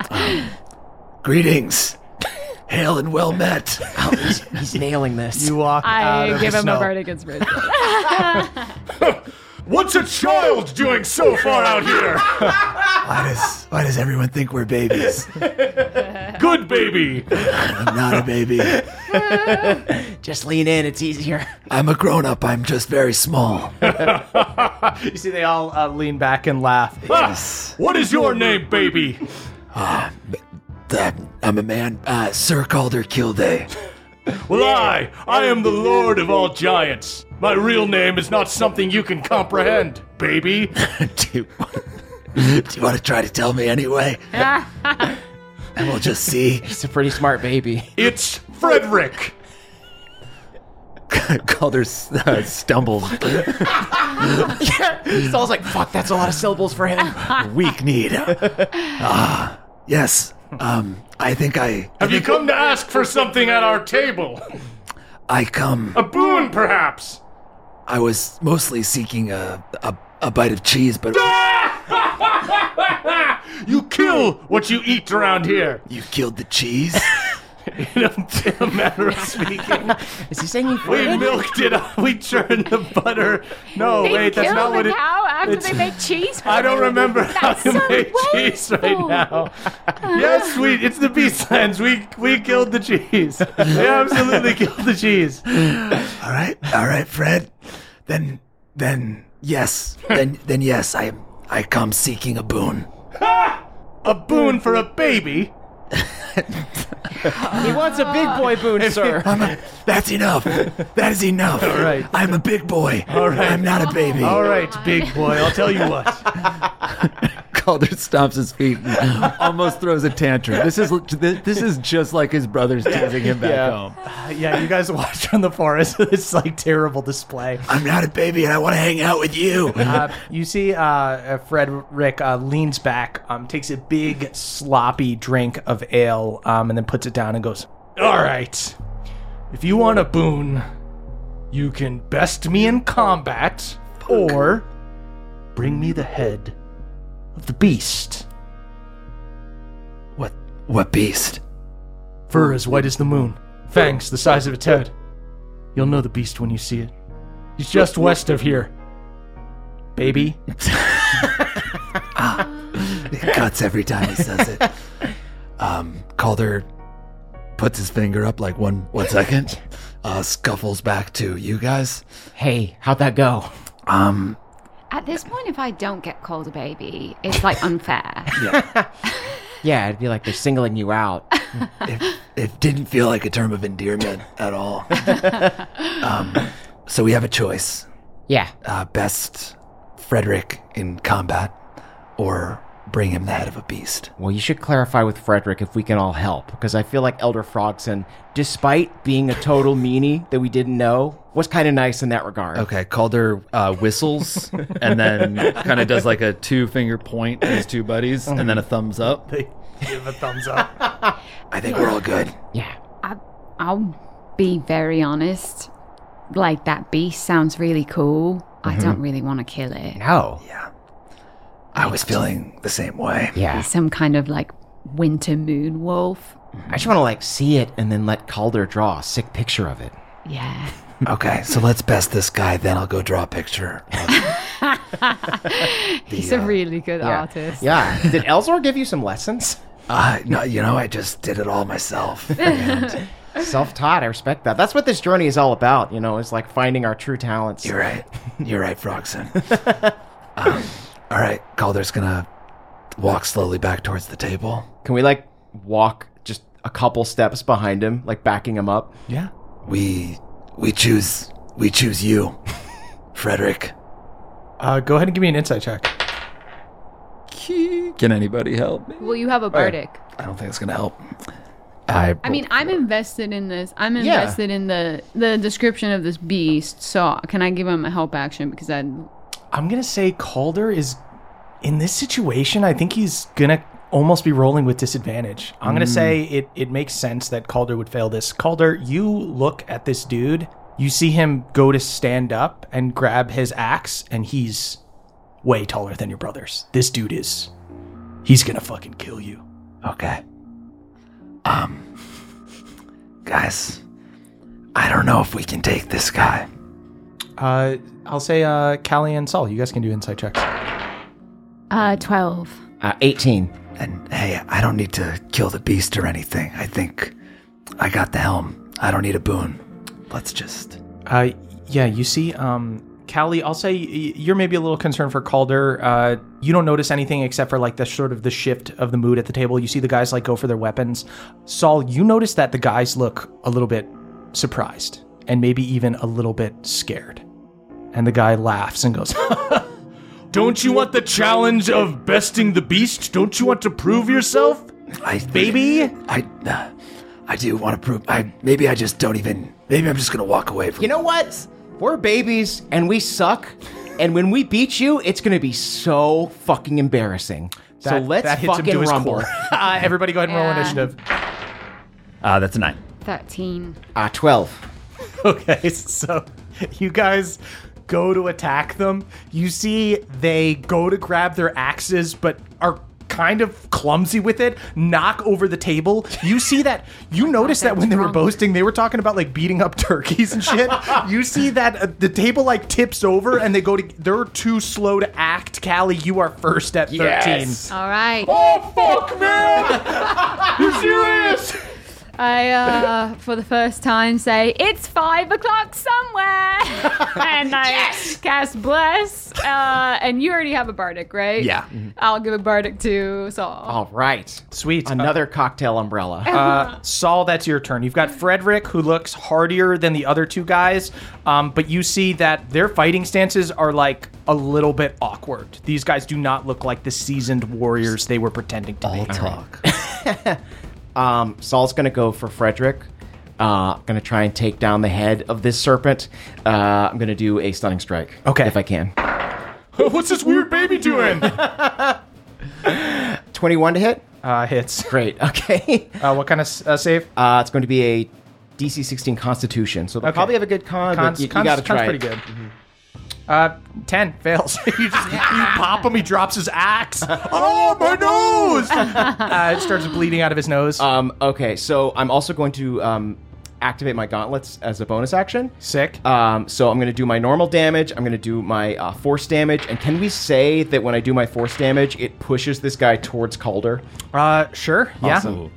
Um, greetings. Hail and well met. Oh, he's, nailing this. You walk I give him a verdict inspiration. What's a child doing so far out here? Why does why does everyone think we're babies? Good baby. I'm not a baby. just lean in. It's easier. I'm a grown up. I'm just very small. you see, they all uh, lean back and laugh. Ah, What is your name, baby? Uh, the, I'm a man. Uh, Sir Calder Kilday. Well, I, I am the lord of all giants. My real name is not something you can comprehend, baby. Do you want to try to tell me anyway? And we'll just see. He's a pretty smart baby. It's Frederick. Calder's uh, stumbled. Saul's like, fuck, that's a lot of syllables for him. Weak need. Ah, yes. Um, I think I Have you come to ask for something at our table? I come. A boon, perhaps? I was mostly seeking a a, a bite of cheese, but You kill what you eat around here. you killed the cheese. In a, in a matter of speaking, is he saying we milked it up? We churned the butter. No, they Oh, wait, that's kill not the what it. cow after it's- they make cheese. From I don't it. remember how That's to so make cheese right wasteful. now. yes, we. It's the Beastlands. We we killed the cheese. We absolutely killed the cheese. all right, all right, Fred. Then, then yes, then then yes. I I come seeking a boon. A boon for a baby. he wants a big boy boon, sir. I'm a, that's enough. That is enough. All right. I'm a big boy. All right. I'm not a baby. All right, big boy. I'll tell you what. Calder stomps his feet and almost throws a tantrum. This is this is just like his brother's teasing him back home. yeah, you guys watch from the forest. it's like terrible display. I'm not a baby, and I want to hang out with you. uh, you see, uh, uh, Frederick uh, leans back, um, takes a big sloppy drink of ale, um, and then puts it down and goes, All right. "If you want a boon, you can best me in combat, or bring me the head of the beast." What? What beast? Fur as white as the moon, fangs the size of its head. You'll know the beast when you see it. He's just west of here, baby. It cuts every time he says it. Um, Calder puts his finger up like one one second, uh, scuffles back to you guys. Hey, how'd that go? Um, At this point, if I don't get called a baby, it's like unfair. Yeah, it'd be like they're singling you out. it didn't feel like a term of endearment at all. um, so we have a choice. Yeah. Uh, best Frederick in combat, or bring him the head of a beast. Well, you should clarify with Frederick if we can all help, because I feel like Elder Frogson, despite being a total meanie that we didn't know, was kind of nice in that regard. Okay, Calder uh, whistles and then kind of does like a two finger point to his two buddies and then a thumbs up. Give a thumbs up. I think we're all good. Yeah. I, I'll be very honest. Like, that beast sounds really cool. Mm-hmm. I don't really want to kill it. No. Yeah. I was feeling the same way. Yeah. He's some kind of like winter moon wolf. I just want to like see it and then let Calder draw a sick picture of it. Yeah. Okay, so let's best this guy, then I'll go draw a picture. He's uh, a really good artist. Yeah. Did Elzor give you some lessons? Uh, no, you know, I just did it all myself. Self taught. I respect that. That's what this journey is all about, you know, is like finding our true talents. You're right. You're right, Frogson. um, all right, Calder's gonna walk slowly back towards the table. Can we like walk just a couple steps behind him, like backing him up? Yeah. We we choose we choose you, Frederick. Uh, go ahead and give me an insight check. Can anybody help me? Well, you Oh, have a Okay. bardic. I don't think it's gonna help. I I mean, I'm invested in this. I'm Yeah. invested in the the description of this beast. So can I give him a help action because I I'm gonna say Calder is in this situation. I think he's gonna almost be rolling with disadvantage. I'm gonna Mm. say it. It makes sense that Calder would fail this. Calder, you look at this dude. You see him go to stand up and grab his axe, and he's way taller than your brothers. This dude is. He's gonna fucking kill you. Okay. Um, guys, I don't know if we can take this guy. Uh, I'll say uh, Callie and Saul. You guys can do insight checks. Uh, 12. Uh, 18. And hey, I don't need to kill the beast or anything. I think I got the helm. I don't need a boon. Let's just. Uh, yeah, you see, um, Callie, I'll say y- you're maybe a little concerned for Calder. Uh, you don't notice anything except for like the sort of the shift of the mood at the table. You see the guys like go for their weapons. Saul, you notice that the guys look a little bit surprised and maybe even a little bit scared. And the guy laughs and goes, Don't you want the challenge of besting the beast? Don't you want to prove yourself? I, Baby? I, uh, I do want to prove. I maybe I just don't even. Maybe I'm just gonna walk away from. You know what? We're babies and we suck. And when we beat you, it's going to be so fucking embarrassing. so That- let's that hits him fucking to his rumble. core. uh, everybody go ahead and roll Yeah. initiative. Uh, that's a nine. 13. Uh, 12. Okay, so you guys go to attack them. You see they go to grab their axes, but are kind of clumsy with it, knock over the table. You see that, you notice that when they were boasting, they were talking about like beating up turkeys and shit. you see that uh, the table like tips over and they go to, they're too slow to act. Callie, you are first at 13. All right. Oh fuck, man! you serious? I uh, for the first time say it's five o'clock somewhere, and I cast bless. Uh, and you already have a bardic, right? Yeah. Mhm. I'll give a bardic to Saul. All right. Sweet. Another cocktail umbrella. uh, Saul, that's your turn. You've got Frederick, who looks hardier than the other two guys, um, but you see that their fighting stances are like a little bit awkward. These guys do not look like the seasoned warriors they were pretending to be. talk. Um, Saul's gonna go for Frederick. Uh, gonna try and take down the head of this serpent. Uh, I'm gonna do a stunning strike. Okay, if I can. What's this weird baby doing? 21 to hit. Uh, hits. Great. Okay. Uh, what kind of uh, save? Uh, it's going to be a DC 16 Constitution. So they'll Okay. probably have a good con. Con's- Uh, but you, you con's- gotta con's try. Mm-hmm. pretty good. Uh, ten fails. you just you pop him. He drops his axe. oh my nose! uh, it starts bleeding out of his nose. Um, okay, so I'm also going to um, activate my gauntlets as a bonus action. Sick. Um, so I'm going to do my normal damage. I'm going to do my uh, force damage. And can we say that when I do my force damage, it pushes this guy towards Calder? Uh, sure. Awesome. Yeah.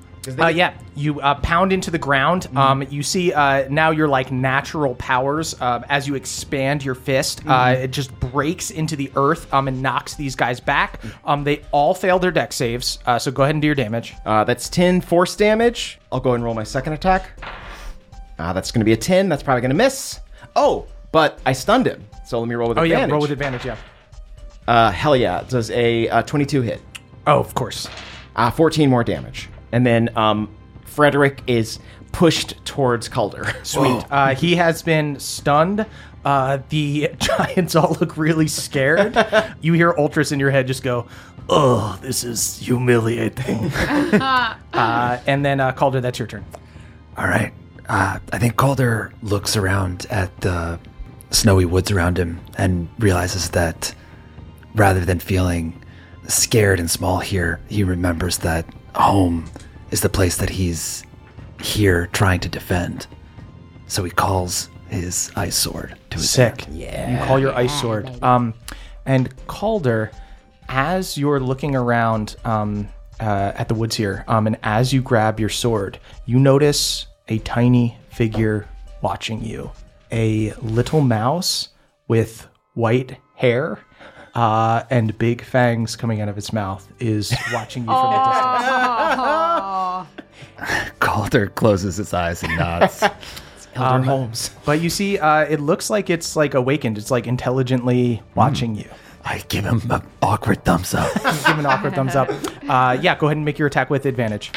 Uh, yeah, you uh, pound into the ground. Mm-hmm. Um, you see uh, now your like natural powers uh, as you expand your fist. Uh, Mm-hmm. Mhm. it just breaks into the earth um, and knocks these guys back. Mm-hmm. Um, they all fail their deck saves, uh, so go ahead and do your damage. Uh, that's 10 force damage. I'll go and roll my second attack. Ah, that's going to be a 10. That's probably going to miss. Oh, but I stunned him. So let me roll with oh advantage. yeah, roll with advantage. Yeah. Uh, hell yeah. Does a uh, 22 hit? Oh, of course. Uh, 14 more damage. And then um, Frederick is pushed towards Calder. Sweet. Oh. Uh, he has been stunned. Uh, the giants all look really scared. you hear Ultras in your head just go, "Oh, this is humiliating." uh, and then uh, Calder, that's your turn. All right. Uh, I think Calder looks around at the snowy woods around him and realizes that rather than feeling scared and small here, he remembers that home is the place that he's here trying to defend. So he calls his ice sword to his Sick. hand. You call your ice sword. Um, and Calder, as you're looking around um, uh, at the woods here, um, and as you grab your sword, you notice a tiny figure watching you. A little mouse with white hair uh, and big fangs coming out of its mouth is watching you from a distance. Oh. Calder closes his eyes and nods. Um, But you see, uh, it looks like it's like awakened. It's like intelligently Hmm. watching you. I give him an awkward thumbs up. give an awkward thumbs up. Uh, yeah, go ahead and make your attack with advantage.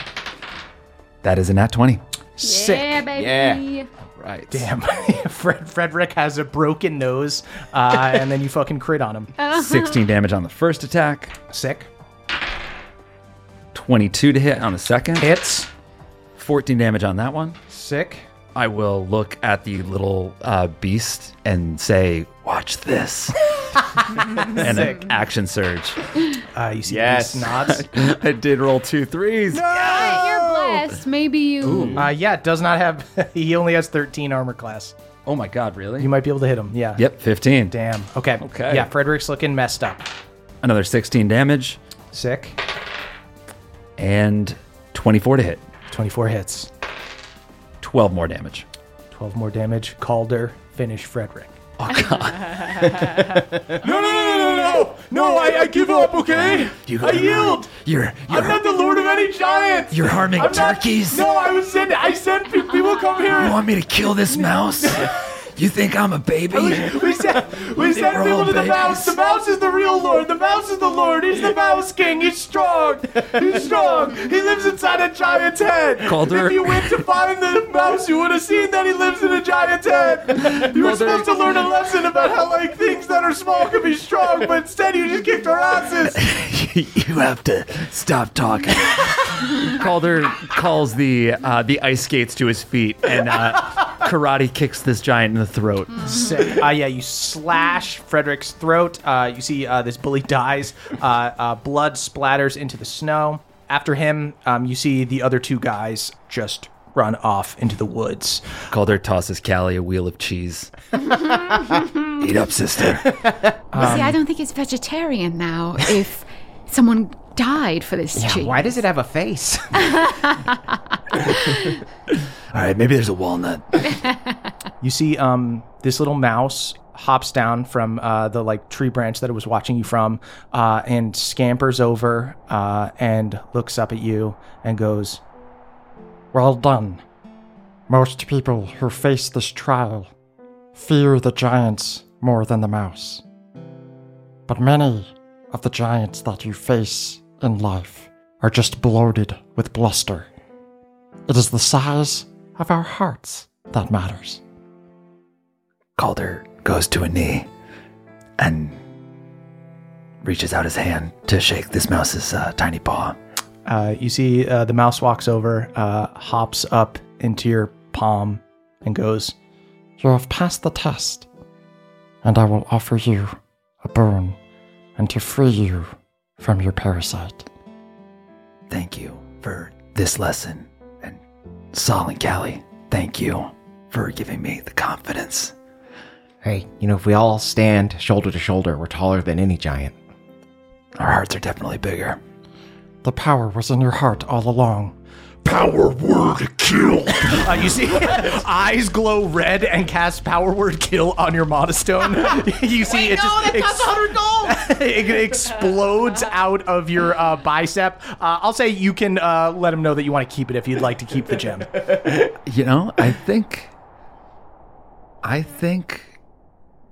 That is an at 20. Sick. Yeah, baby. Right. Damn. Fred, Frederick has a broken nose, uh, and then you fucking crit on him. 16 damage on the first attack. Sick. 22 to hit on the second. Hits. 14 damage on that one. Sick. I will look at the little uh, beast and say, Watch this. and Sick. an action surge. Uh, you see yes. beast nods. I did roll two threes. But you're blessed. Maybe you. Uh, yeah, it does not have. he only has 13 armor class. Oh my god, really? You might be able to hit him. Yeah. Yep, 15. Damn. Okay. Okay. Yeah, Frederick's looking messed up. Another 16 damage Sick. and 24 to hit. 24 hits. 12 more damage. 12 more damage. Calder, finish Frederick. No, no, no, no, no, no! No, I, I give up, okay? You I yield! You're I'm not the lord of any giants! You're harming I'm not- turkeys? no, I was said I said pe- people come here. You want me to kill this mouse? you think I'm a baby? We sent, we sent We're all people to the babies. mouse. The mouse is the real lord. The mouse is the lord. He's the mouse king. He's strong. He's strong. He lives inside a giant's head. Calder- If you went to find the mouse, you would have seen that he lives in a giant's head. You were supposed to learn a lesson about how like things that are small can be strong, but instead you just kicked our asses. you have to stop talking. Calder calls the uh, the ice skates to his feet and uh, karate kicks this giant in the throat. Sick. Uh, yeah, you slash Frederick's throat. Uh, you see uh, this bully dies. Uh, uh, blood splatters into the snow. After him, um, you see the other two guys just run off into the woods. Calder tosses Callie a wheel of cheese. Eat up, sister. Well, see, I don't think it's vegetarian now if someone died for this cheese. Why does it have a face? All right, maybe there's a walnut. You see um, this little mouse hops down from uh, the like tree branch that it was watching you from uh, and scampers over uh, and looks up at you and goes, Well done. Most people who face this trial fear the giants more than the mouse. But many of the giants that you face in life are just bloated with bluster. It is the size of our hearts that matters. Calder goes to a knee and reaches out his hand to shake this mouse's uh, tiny paw. Uh, you see uh, the mouse walks over, uh, hops up into your palm, and goes, You have passed the test, and I will offer you a boon and to free you from your parasite. Thank you for this lesson. And Sol and Callie, Thank you for giving me the confidence. Hey, you know, if we all stand shoulder to shoulder, we're taller than any giant. Our hearts are definitely bigger. The power was in your heart all along. Power word kill. Uh, you see, eyes glow red and cast power word kill on your modestone. you see, it just ex- it explodes out of your uh, bicep. Uh, I'll say you can uh, let him know that you want to keep it if you'd like to keep the gem. You know, I think. I think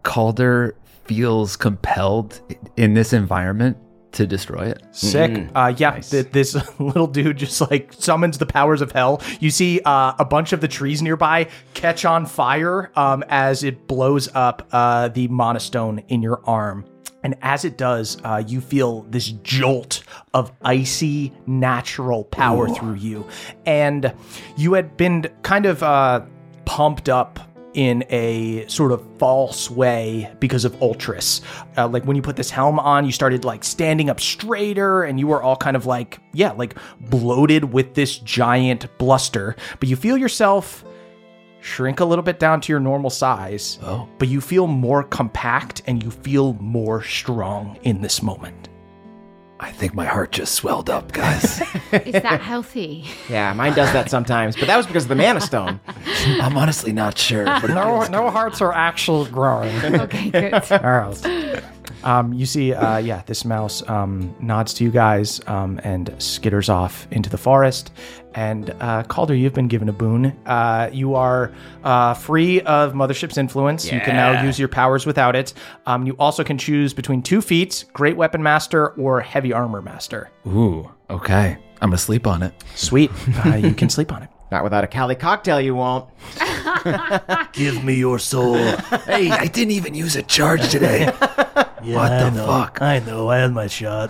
Calder feels compelled in this environment to destroy it. Mm-hmm. Sick. Uh, yeah, th- this little dude just like summons the powers of hell. You see uh, a bunch of the trees nearby catch on fire um, as it blows up uh, the monostone in your arm. And as it does, uh, you feel this jolt of icy natural power Ooh. through you. And you had been kind of uh, pumped up in a sort of false way because of Ultras. Uh, like when you put this helm on, you started like standing up straighter and you were all kind of like, yeah, like bloated with this giant bluster. But you feel yourself shrink a little bit down to your normal size, oh. but you feel more compact and you feel more strong in this moment. I think my heart just swelled up, guys. Is that healthy? Yeah, mine does that sometimes, but that was because of the mana stone. I'm honestly not sure. No, no hearts are actually growing. okay, good. All right. Um, you see, uh, yeah, this mouse um, nods to you guys um, and skitters off into the forest. And uh, Calder, you've been given a boon. Uh, you are uh, free of Mothership's influence. You can now Yeah. use your powers without it. Um, you also can choose between two feats Great Weapon Master or Heavy Armor Master. Ooh, okay. I'm gonna sleep on it. Sweet. Uh, you can sleep on it. Not without a Cali cocktail, you won't. Give me your soul. hey, I didn't even use a charge today. what the fuck? I know. I had my shot.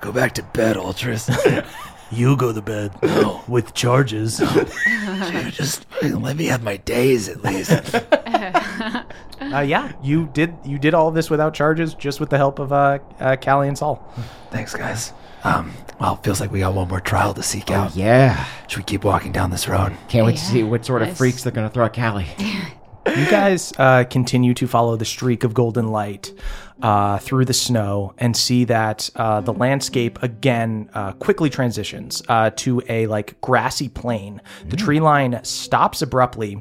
Go back to bed, Ultras. you go to bed. With charges. Dude, just let me have my days at least. Uh, yeah, you did. You did all of this without charges, just with the help of uh, uh, Callie and Saul. Thanks, guys. Um, well, it feels like we got one more trial to seek out. Yeah. Should we keep walking down this road? Can't wait to see what sort of Nice. freaks they're going to throw at Cali. You guys uh, continue to follow the streak of golden light uh, through the snow and see that uh, the landscape again uh, quickly transitions uh, to a like grassy plain. The tree line stops abruptly,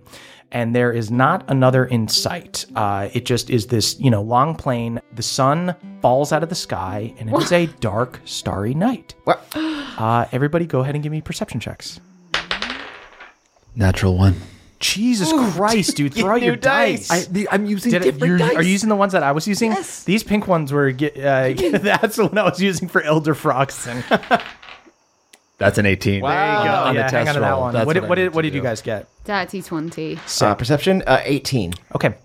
and there is not another in sight. Uh, it just is this you know long plain. The sun falls out of the sky, and it is a dark, starry night. Uh, everybody, go ahead and give me perception checks. Natural one. Jesus Christ, dude! Throw out new your dice. dice. I- I'm using different you're- dice. Are you using the ones that I was using? These pink ones were. ge- Uh, that's the one I was using for Elder Froxen. That's an 18. There you go. On the yeah, hang test on to that roll. one. That's what what, did, I what, need did, to what did you do. guys get? Dirty 20. Uh, perception, uh, 18. Okay.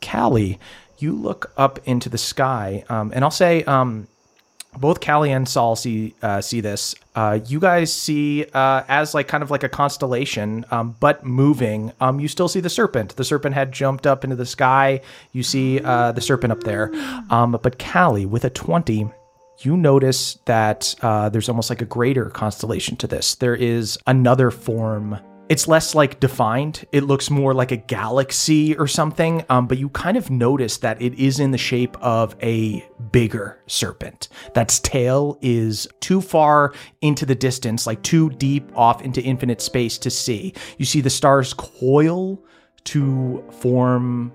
Callie, you look up into the sky, um, and I'll say um, both Callie and Saul see uh, see this. Uh, you guys see uh, as like kind of like a constellation, um, but moving. Um, you still see the serpent. The serpent had jumped up into the sky. You see uh, the serpent up there, um, but Callie with a twenty. You notice that uh, there's almost like a greater constellation to this. There is another form it's less like defined. It looks more like a galaxy or something. Um, but you kind of notice that it is in the shape of a bigger serpent. That's tail is too far into the distance, like too deep off into infinite space to see. You see the stars coil to form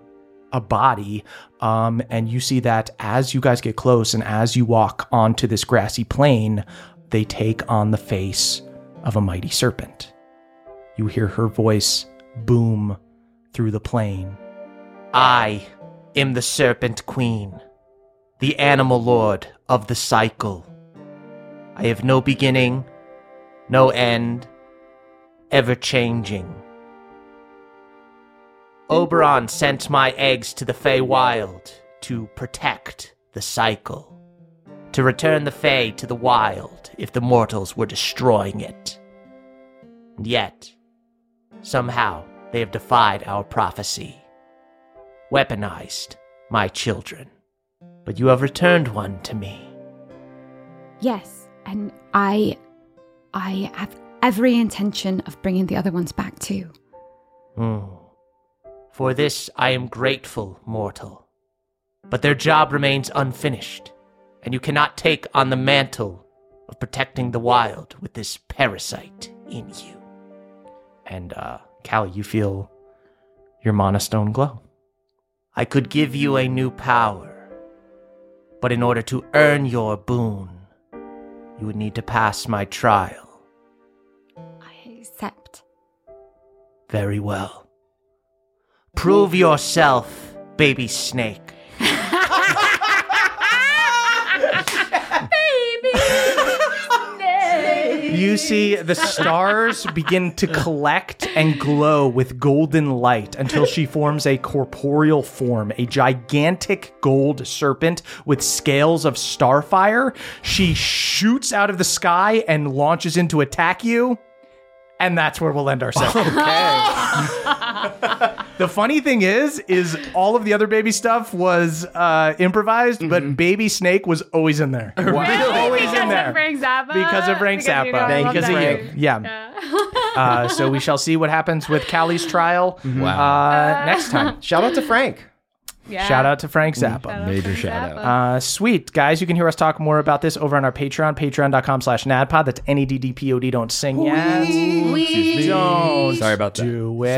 a body. Um, and you see that as you guys get close and as you walk onto this grassy plain, they take on the face of a mighty serpent. You hear her voice boom through the plain. I am the Serpent Queen, the Animal Lord of the Cycle. I have no beginning, no end, ever changing. Oberon sent my eggs to the Feywild to protect the cycle, to return the Fey to the wild if the mortals were destroying it. And yet, somehow, they have defied our prophecy, weaponized my children. But you have returned one to me. Yes, and I I have every intention of bringing the other ones back too. Hmm. For this I am grateful, mortal. But their job remains unfinished, and you cannot take on the mantle of protecting the wild with this parasite in you. And uh, Callie, you feel your monostone glow. I could give you a new power, but in order to earn your boon, you would need to pass my trial. Except Very well. Prove yourself, baby snake. You see the stars begin to collect and glow with golden light until she forms a corporeal form, a gigantic gold serpent with scales of starfire. She shoots out of the sky and launches in to attack you. And that's where we'll end our session. The funny thing is, is all of the other baby stuff was uh, improvised, but Baby Snake was always in there. always in there. Frank Zappa. Because of Frank Because, you know, I Zappa. love Because that of movie. you. Yeah. uh, so we shall see what happens with Callie's trial uh, next time. Shout out to Frank. Yeah. Shout out to Frank Zappa. Major shout out. Uh, sweet guys, you can hear us talk more about this over on our Patreon, patreon.com slash nadpod. That's N E D D P O D. Don't sing yet. Excuse me. Don't Sorry about that. Do it.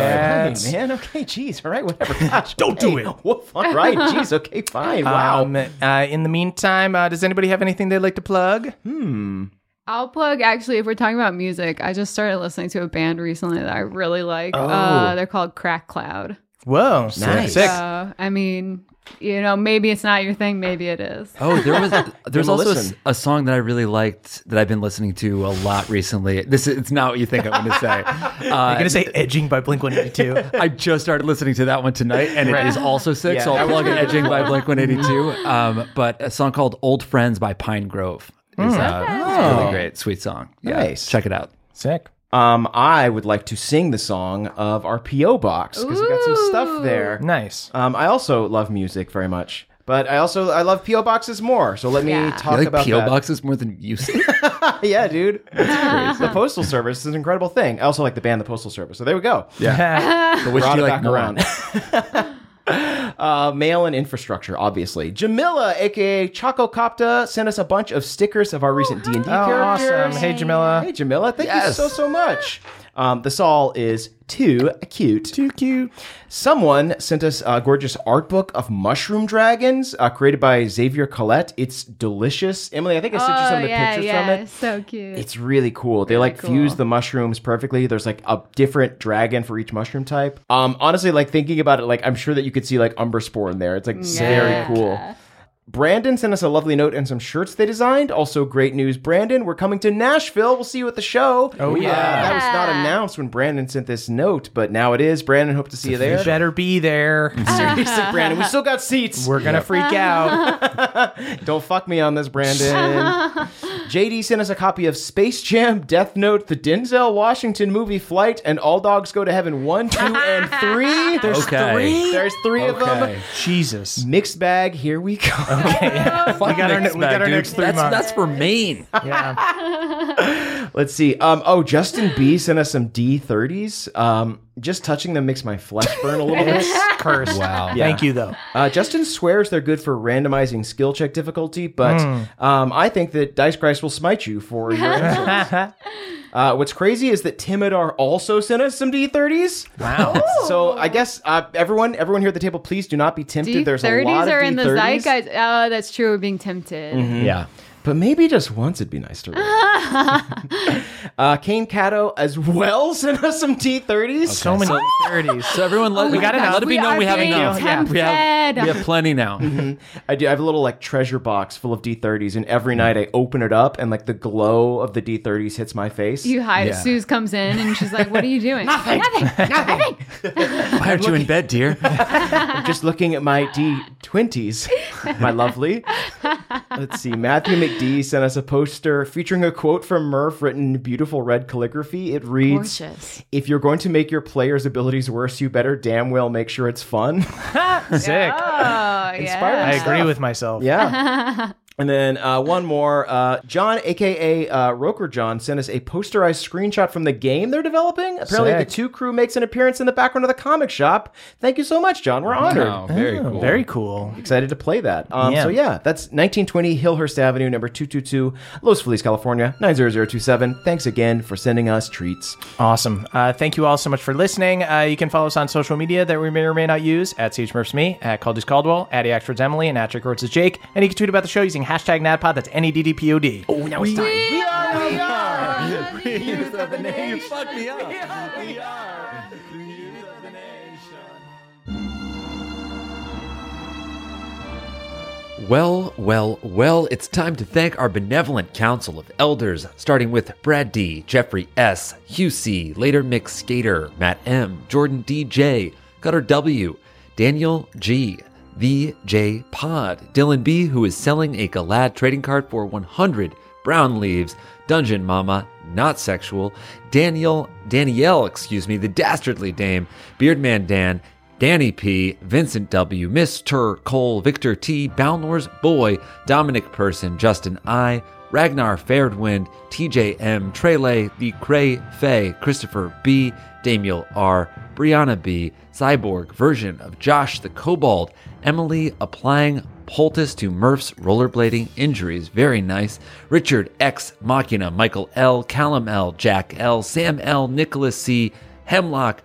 Hey, man. Okay, jeez. All right, whatever. Gosh, Don't do it. Well, fun, right. Jeez. Okay, fine. Wow. Um, uh, in the meantime, uh, does anybody have anything they'd like to plug? Hmm. I'll plug actually if we're talking about music, I just started listening to a band recently that I really like. Oh. Uh, they're called Crack Cloud. Whoa. Nice. Sick. So, I mean, you know, maybe it's not your thing, maybe it is. Oh, there was there's Gonna also a s- listen. a, song that I really liked that I've been listening to a lot recently. This is, it's not what you think I'm going to say. Uh, You're going to say Edging by Blink 182. I just started listening to that one tonight, and Right. it is also sick. Yeah. So I'll plug it, Edging by Cool. Blink 182. Um, but a song called "Old Friends" by Pine Grove is Mm. uh, Okay. really great, sweet song. Yeah, Nice. check it out. Sick. Um, I would like to sing the song of our PO box because we got some stuff there. Nice. Um, I also love music very much, but I also I love PO boxes more. So let me You talk like about PO that. boxes more than music. yeah, dude. The postal service is an incredible thing. I also like the band, the postal service. So there we go. Yeah. But which do Brought you it like back more? around. Uh, mail and infrastructure, obviously. Jamila, aka Choco Copta, sent us a bunch of stickers of our recent D and D Oh, characters. awesome. Hey, Jamila. Hey, Jamila. Thank you Yes. so so much. Um, the all is too cute. Too cute. Someone sent us a gorgeous art book of mushroom dragons uh, created by Xavier Collette. It's delicious. Emily, Oh, I think I sent you some of the Oh, yeah, pictures yeah, from it. So cute. It's really cool. They like fuse the mushrooms perfectly. There's like a different dragon for each mushroom type. Um, honestly, like thinking about it, like I'm sure that you could see like umber spore in there. It's like Yeah. very cool. Brandon sent us a lovely note and some shirts they designed. Also, great news, Brandon. We're coming to Nashville. We'll see you at the show. Oh, Uh, yeah. that was not announced when Brandon sent this note, but now it is. Brandon, hope to see you there. You better be there. Seriously, Brandon, we still got seats. We're gonna Uh-huh. freak out. Don't fuck me on this, Brandon. JD sent us a copy of Space Jam, Death Note, the Denzel Washington movie Flight, and All Dogs Go to Heaven 1, 2, and 3. There's Okay. three. There's three of Okay. them. Jesus. Mixed bag, here we go. we got our, we got our next three that's, months. that's for Maine. Let's see. Um, oh, Justin B sent us some D30s. Um, just touching them makes my flesh burn a little bit. It's cursed. Wow. Thank you, though. Uh, Justin swears they're good for randomizing skill check difficulty, but Hmm. um, I think that Dice Christ will smite you for your insolence. Uh, what's crazy is that Timidar also sent us some D30s. Wow. so I guess uh, everyone everyone here at the table, please do not be tempted. There's a D30s lot of are in the D30s. zeitgeist. Oh, that's true. We're being tempted. Mhm. But maybe just once it'd be nice to roll. uh, Kane Cato as well sent us some T30s. So many thirties. So everyone, let, Oh my we got gosh, enough. Let it we be known are we have being enough. tempted. We have we have plenty now. Mhm. I do. I have a little like treasure box full of D30s, and every Mm. night I open it up, and like the glow of the D30s hits my face. You hide. Suze comes in and she's like, "What are you doing? Nothing. Nothing. Nothing." Why aren't you in bed, dear? I'm just looking at my D20s, my lovely. Let's see. Matthew McD sent us a poster featuring a quote from Murph written in beautiful red calligraphy. It reads Gorgeous. If you're going to make your player's abilities worse, you better damn well make sure it's fun. Sick. Oh, yeah. I agree with myself. Yeah. And then uh, one more. Uh, John, aka uh, Roker John, sent us a posterized screenshot from the game they're developing. Apparently, Sick. the two crew makes an appearance in the background of the comic shop. Thank you so much, John. We're honored. Wow, very Oh, cool. very cool. Excited to play that. Um, Yeah. So yeah, that's 1920 Hillhurst Avenue, number 222, Los Feliz, California 90027. Thanks again for sending us treats. Awesome. Uh, thank you all so much for listening. Uh, you can follow us on social media that we may or may not use at CHMurfsMe, at Caldus Caldwell, at Eaxfords Emily, and at Rickwards is Jake. And you can tweet about the show using hashtag NADPOD. That's N E D D P O D. Oh, now it's time. We are, we are. We use the name. You fucked me up. We are. We use the nation. Well, well, well, it's time to thank our benevolent council of elders, starting with Brad D, Jeffrey S, Hugh C, later Mick Skater, Matt M, Jordan DJ, Cutter W, Daniel G, The J Pod, Dylan B, who is selling a Galad trading card for 100 brown leaves, Dungeon Mama, not sexual, Daniel, Danielle, excuse me, the dastardly dame, Beardman Dan, Danny P, Vincent W, Mr. Cole, Victor T, Balnor's Boy, Dominic Person, Justin I, Ragnar Fairdwind, TJM, Trele, The Cray Fay, Christopher B, Damiel R, Brianna B, Cyborg, version of Josh the Kobold, Emily applying poultice to Murph's rollerblading injuries. Very nice. Richard X, Machina, Michael L, Callum L, Jack L, Sam L, Nicholas C, Hemlock,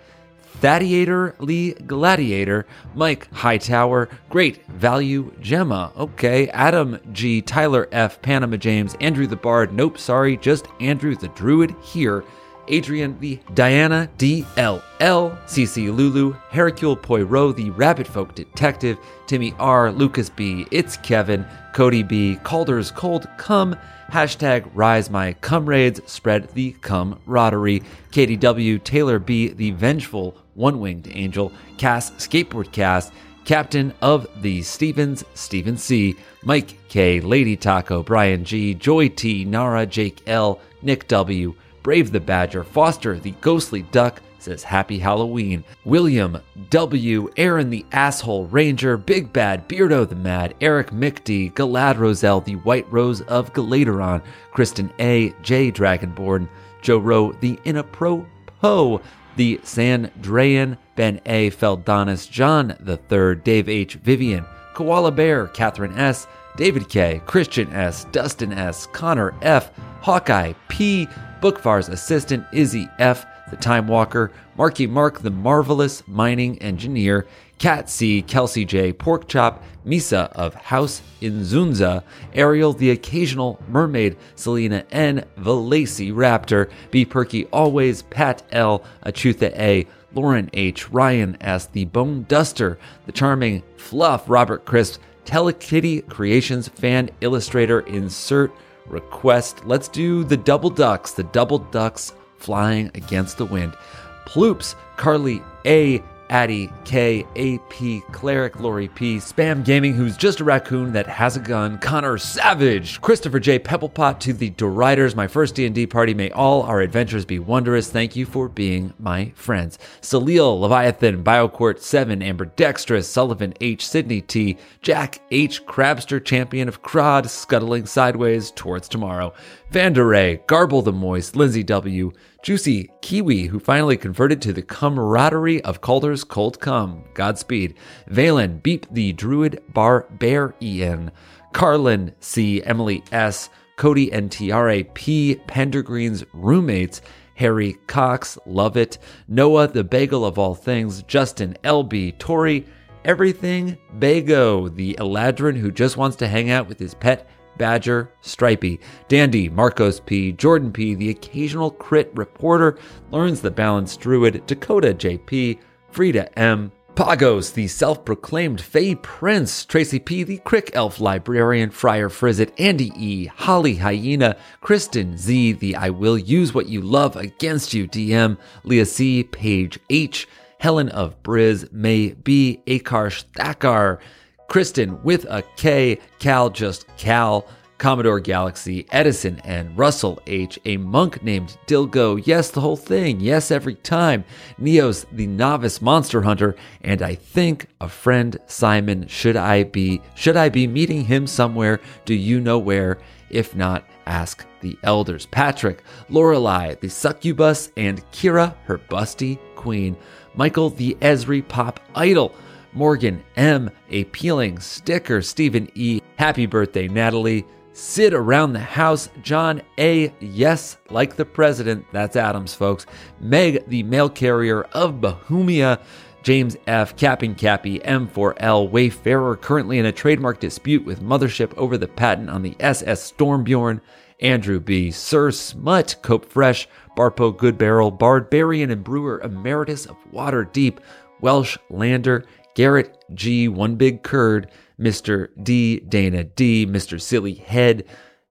Thadiator Lee Gladiator, Mike Hightower, Great Value Gemma, okay, Adam G, Tyler F, Panama James, Andrew the Bard, nope, sorry, just Andrew the Druid here, Adrian the Diana DLL, CC Lulu, Hercule Poirot, the Rabbit Folk Detective, Timmy R, Lucas B, It's Kevin, Cody B, Calder's Cold Come, hashtag Rise My Comrades, spread the camaraderie, Katie W, Taylor B, the Vengeful One Winged Angel, Cass Skateboard Cast, Captain of the Stevens, Stephen C, Mike K, Lady Taco, Brian G, Joy T, Nara, Jake L, Nick W, Brave the Badger, Foster the Ghostly Duck says Happy Halloween. William W, Aaron the Asshole Ranger, Big Bad, Beardo the Mad, Eric McD, Galad Roselle, the White Rose of Galateron, Kristen A, J Dragonborn, Joe Rowe the Inapropo, the Sandrayan, Ben A, Feldonis, John the Third, Dave H, Vivian, Koala Bear, Catherine S, David K, Christian S, Dustin S, Connor F, Hawkeye P, Bookvar's assistant Izzy F, the Time Walker, Marky Mark, the marvelous mining engineer, Cat C, Kelsey J, Porkchop, Misa of House in Zunza, Ariel, the occasional mermaid, Selena N, Valacy Raptor, B Perky always, Pat L, Achutha A, Lauren H, Ryan S, the Bone Duster, the charming Fluff, Robert Crisp, Telekitty Creations fan illustrator insert request. Let's do the double ducks, the double ducks flying against the wind. Ploops, Carly A, Addie K, AP, Cleric, Lori P, Spam Gaming, who's just a raccoon that has a gun, Connor Savage, Christopher J, Pebblepot to the Deriders, my first D&D party, may all our adventures be wondrous, thank you for being my friends. Salil, Leviathan, Biocourt 7, Amber Dextrous, Sullivan H, Sydney T, Jack H, Crabster, Champion of Crod, Scuttling Sideways towards tomorrow, Vanderay, Garble the Moist, Lindsay W, Juicy Kiwi, who finally converted to the camaraderie of Calder's Cold Cum. Godspeed. Valen, Beep the Druid Barbar Ian. Carlin C. Emily S. Cody and Tiare P. Pendergreen's roommates. Harry Cox, love it. Noah, the bagel of all things. Justin LB, Tori, everything Bago, the Eladrin who just wants to hang out with his pet Badger, Stripey, Dandy, Marcos P, Jordan P, the occasional crit reporter, learns the balanced druid, Dakota JP, Frida M, Pagos, the self proclaimed Fey Prince, Tracy P, the Crick Elf Librarian, Friar Frizzet, Andy E, Holly Hyena, Kristen Z, the I Will Use What You Love Against You DM, Leah C, Page H, Helen of Briz, May B, Akarsh Thakar, Kristen with a K, Cal just Cal, Commodore Galaxy, Edison and Russell H., a monk named Dilgo, yes, the whole thing, yes, every time, Neos, the novice monster hunter, and I think a friend, Simon. Should I be, should I be meeting him somewhere? Do you know where? If not, ask the elders. Patrick, Lorelei, the succubus, and Kira, her busty queen. Michael, the Esri pop idol. Morgan M, a peeling sticker. Stephen E, happy birthday, Natalie. Sid around the house. John A, yes, like the president. That's Adams, folks. Meg, the mail carrier of Bohemia. James F. Capping Cappy M4L Wayfarer, currently in a trademark dispute with Mothership over the patent on the SS Stormbjorn. Andrew B. Sir Smut, Cope Fresh, Barpo Goodbarrel, Barbarian and Brewer Emeritus of Water Deep, Welsh Lander, Garrett G. One Big Curd, Mr. D. Dana D. Mr. Silly Head,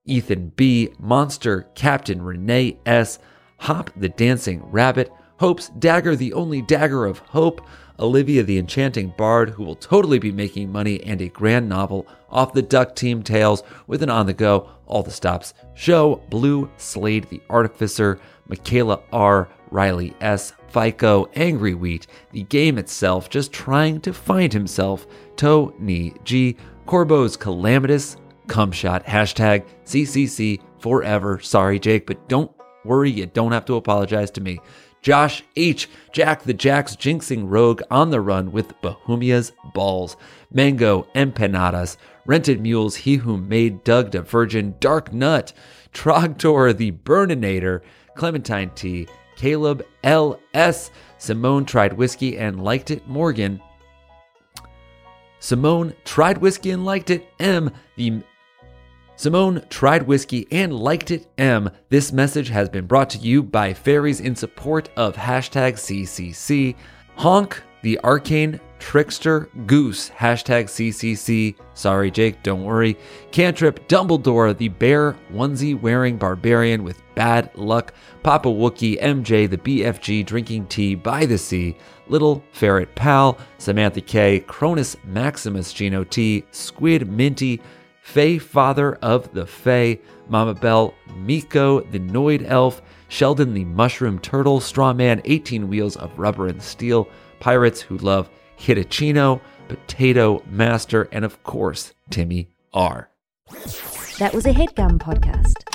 Ethan B. Monster, Captain Renee S. Hop the Dancing Rabbit, Hope's Dagger, the only dagger of hope, Olivia the Enchanting Bard, who will totally be making money, and a grand novel off the Duck Team Tales with an on the go, all the stops show, Blue, Slade the Artificer, Michaela R., Riley S., FICO, Angry Wheat, the game itself, just trying to find himself, Toe, Knee, G, Corbo's Calamitous, Cumshot, hashtag CCC forever. Sorry, Jake, but don't worry, you don't have to apologize to me. Josh H, Jack the Jacks jinxing rogue on the run with Bohemia's balls, mango empanadas, rented mules, he who made Doug the virgin, dark nut, Trogdor the burninator, Clementine T, Caleb L S, Simone tried whiskey and liked it, Morgan. Simone tried whiskey and liked it, M, the Simone tried whiskey and liked it. M. This message has been brought to you by fairies in support of hashtag CCC. Honk, the arcane trickster goose, hashtag CCC. Sorry, Jake, don't worry. Cantrip, Dumbledore, the bear onesie wearing barbarian with bad luck. Papa Wookie, MJ, the BFG drinking tea by the sea. Little ferret pal, Samantha K, Cronus Maximus, Gino T, Squid Minty. Faye, father of the Fae, Mama Bell, Miko, the Noid Elf, Sheldon, the Mushroom Turtle, Strawman, 18 Wheels of Rubber and Steel, Pirates Who Love Hitachino, Potato Master, and of course, Timmy R. That was a headgum podcast.